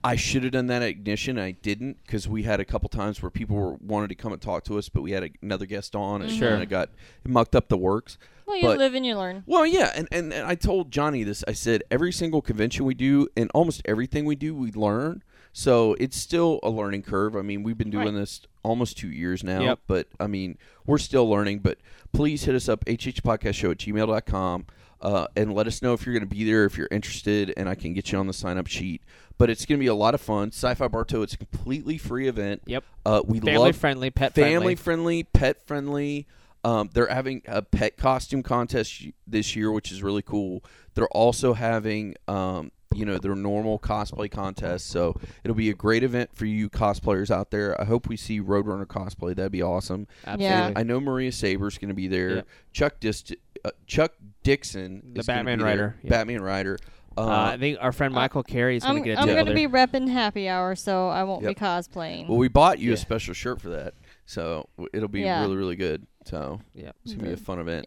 Speaker 2: I should have done that at ignition. I didn't because we had a couple times where people were, wanted to come and talk to us, but we had a, another guest on and
Speaker 3: Sure.
Speaker 2: kind of got it mucked up the works.
Speaker 4: it. Well, you
Speaker 2: but-
Speaker 4: live and you learn.
Speaker 2: Well, yeah, and, and and I told Johnny this. I said every single convention we do and almost everything we do, we learn. So it's still a learning curve. I mean, we've been doing
Speaker 4: Right.
Speaker 2: this almost two years now,
Speaker 3: Yep.
Speaker 2: but I mean, we're still learning. But please hit us up, hhpodcastshow at gmail.com, uh, and let us know if you're going to be there, if you're interested, and I can get you on the sign up sheet. But it's going to be a lot of fun. Sci Fi Barto, it's a completely free event.
Speaker 3: Yep.
Speaker 2: Uh, we
Speaker 3: Family
Speaker 2: love
Speaker 3: friendly, pet
Speaker 2: family
Speaker 3: friendly.
Speaker 2: friendly, pet friendly. Um, they're having a pet costume contest y- this year, which is really cool. They're also having, um, you know, their normal cosplay contest. So it'll be a great event for you cosplayers out there. I hope we see Roadrunner cosplay. That'd be awesome.
Speaker 3: Absolutely.
Speaker 2: I know Maria Saber's going to be there.
Speaker 3: Yep.
Speaker 2: Chuck Dist- uh, Chuck Dixon,
Speaker 3: The
Speaker 2: is gonna
Speaker 3: Batman
Speaker 2: be there.
Speaker 3: writer, yeah.
Speaker 2: Batman writer. Uh,
Speaker 3: Uh, I think our friend Michael Carey is
Speaker 4: I'm,
Speaker 3: going to get a
Speaker 4: I'm
Speaker 3: deal
Speaker 4: going to
Speaker 3: there.
Speaker 4: be repping happy hour, so I won't
Speaker 2: Yep.
Speaker 4: be cosplaying.
Speaker 2: well, we bought you a
Speaker 3: Yeah.
Speaker 2: special shirt for that, so w- it'll be
Speaker 4: Yeah.
Speaker 2: really, really good. So
Speaker 3: yeah.
Speaker 2: it's gonna be a fun event.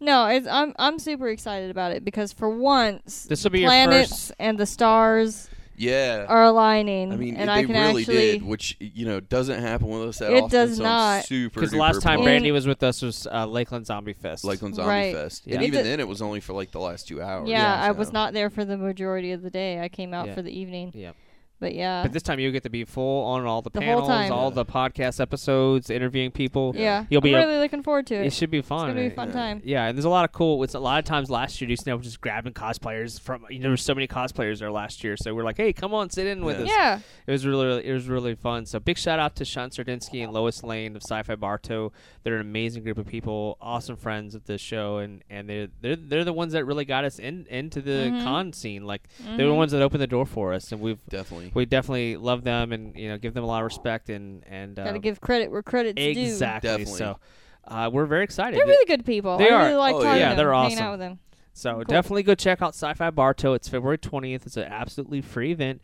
Speaker 4: no, it's, I'm I'm super excited about it because for once,
Speaker 3: This will be your
Speaker 4: planets
Speaker 3: first.
Speaker 4: and the stars
Speaker 2: Yeah.
Speaker 4: are aligning.
Speaker 2: I mean,
Speaker 4: and
Speaker 2: they
Speaker 4: I can
Speaker 2: really
Speaker 4: actually
Speaker 2: did, which you know doesn't happen with us at
Speaker 4: It
Speaker 2: often.
Speaker 4: does
Speaker 2: so I'm
Speaker 4: not.
Speaker 2: Super.
Speaker 3: Because the
Speaker 2: duper
Speaker 3: last time
Speaker 2: pumped.
Speaker 3: Brandy was with us was uh, Lakeland Zombie Fest.
Speaker 2: Lakeland Zombie
Speaker 4: Right.
Speaker 2: Fest,
Speaker 3: Yeah.
Speaker 2: and
Speaker 3: It
Speaker 2: even
Speaker 4: does-
Speaker 2: then, it was only for like the last two hours.
Speaker 4: Yeah, I was
Speaker 2: so.
Speaker 4: not there for the majority of the day. I came out
Speaker 3: Yeah.
Speaker 4: for the evening.
Speaker 3: Yeah.
Speaker 4: But yeah.
Speaker 3: But this time you get to be full on all the,
Speaker 4: Uh. The whole
Speaker 3: panels,
Speaker 4: time.
Speaker 3: all the podcast episodes, interviewing people.
Speaker 4: yeah.
Speaker 3: You'll be
Speaker 4: I'm
Speaker 3: a-
Speaker 4: really looking forward to it.
Speaker 3: It should be fun.
Speaker 4: it's gonna be a fun
Speaker 3: Yeah.
Speaker 4: time.
Speaker 3: Yeah, and there's a lot of cool. It's a lot of times last year, Deuce and I were just grabbing cosplayers from. You know, there were so many cosplayers there last year, so we're like, "Hey, come on, sit in with
Speaker 2: Yeah.
Speaker 3: us."
Speaker 4: Yeah.
Speaker 3: It was really, really, it was really fun. So big shout out to Sean Sardinsky and Lois Lane of Sci-Fi Barto. They're an amazing group of people, awesome friends of this show, and and they're they're, they're the ones that really got us in into the
Speaker 4: Mm-hmm.
Speaker 3: con scene. Like they were the ones that opened the door for us, and we've
Speaker 2: definitely.
Speaker 3: we definitely love them and you know give them a lot of respect and and uh,
Speaker 4: Got to give credit where credit's due.
Speaker 3: exactly.
Speaker 2: Definitely.
Speaker 3: So uh, we're very excited.
Speaker 4: They're really good people.
Speaker 3: They
Speaker 4: I
Speaker 3: are.
Speaker 4: really like
Speaker 2: Oh,
Speaker 4: talking
Speaker 2: yeah.
Speaker 4: to them,
Speaker 3: They're
Speaker 4: hanging
Speaker 3: awesome.
Speaker 4: out with them.
Speaker 3: So
Speaker 4: Cool.
Speaker 3: definitely go check out Sci-Fi Barto. It's February 20th. It's an absolutely free event.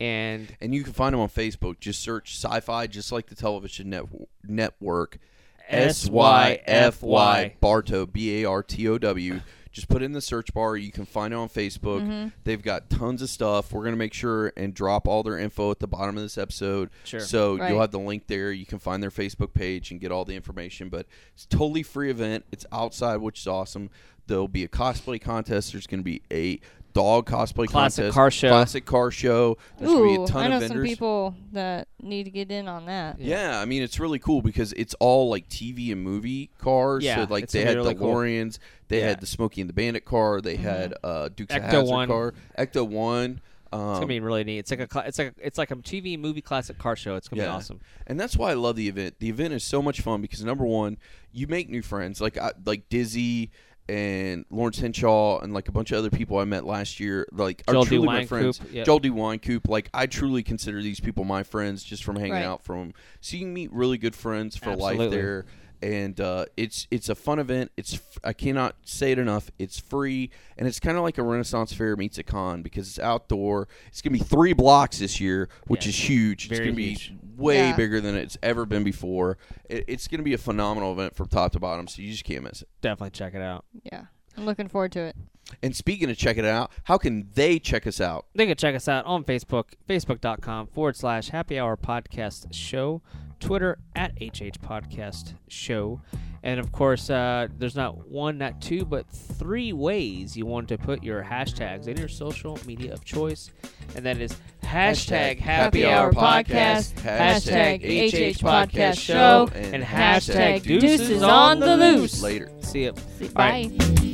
Speaker 3: And
Speaker 2: And you can find them on Facebook. Just search Sci-Fi, just like the television net- network. S Y F Y Bartow B A R T O W. Just put it in the search bar. You can find it on Facebook. They've got tons of stuff. We're gonna make sure and drop all their info at the bottom of this episode.
Speaker 3: Sure.
Speaker 2: So
Speaker 4: Right.
Speaker 2: you'll have the link there. You can find their Facebook page and get all the information. But it's a totally free event. It's outside, which is awesome. There'll be a cosplay contest. There's gonna be a dog cosplay
Speaker 3: Classic
Speaker 2: contest.
Speaker 3: car show.
Speaker 2: Classic car show. There's gonna be
Speaker 4: Ooh,
Speaker 2: a ton
Speaker 4: I know
Speaker 2: of
Speaker 4: some
Speaker 2: vendors.
Speaker 4: people that need to get in on that.
Speaker 2: Yeah, I mean it's really cool because it's all like TV and movie cars.
Speaker 3: Yeah,
Speaker 2: so like
Speaker 3: it's
Speaker 2: they
Speaker 3: gonna
Speaker 2: had
Speaker 3: be really
Speaker 2: the
Speaker 3: cool.
Speaker 2: DeLoreans, they
Speaker 3: Yeah. Mm-hmm.
Speaker 2: had the Smokey and the Bandit car, they had uh, Dukes of
Speaker 3: Ecto
Speaker 2: Hazzard
Speaker 3: one.
Speaker 2: car, Ecto One. Um,
Speaker 3: It's gonna be really neat. It's like a cla- it's like a, it's like a TV movie classic car show. It's gonna be awesome.
Speaker 2: And that's why I love the event. The event is so much fun because number one, you make new friends like I, like Dizzy and Lawrence Henshaw and like a bunch of other people I met last year. Like
Speaker 3: Joel
Speaker 2: are
Speaker 3: D.
Speaker 2: truly my
Speaker 3: Wynkoop,
Speaker 2: friends.
Speaker 3: yeah.
Speaker 2: Joel D. Winecoop. Like I truly consider these people my friends just from hanging
Speaker 4: Right.
Speaker 2: out from so you can meet really good friends for life
Speaker 3: Absolutely.
Speaker 2: there. And uh, it's it's a fun event. It's f- I cannot say it enough. It's free and it's kind of like a Renaissance fair meets a con because it's outdoor. It's gonna be three blocks this year, which is huge. it's
Speaker 3: Very
Speaker 2: gonna be
Speaker 3: huge.
Speaker 2: way
Speaker 4: Yeah.
Speaker 2: bigger than it's ever been before. It, it's going to be a phenomenal event from top to bottom, so you just can't miss it.
Speaker 3: Definitely check it out.
Speaker 4: Yeah. I'm looking forward to it.
Speaker 2: And speaking of checking it out, how can they check us out?
Speaker 3: They can check us out on Facebook, facebook.com forward slash happy hour podcast show, Twitter at HH podcast show. And of course, uh, there's not one, not two, but three ways you want to put your hashtags in your social media of choice. And that is hashtag, happy hour podcast, hashtag, HH podcast show, and hashtag deuces on the loose.
Speaker 2: Later.
Speaker 3: See it.
Speaker 4: See,
Speaker 3: All right.
Speaker 4: bye.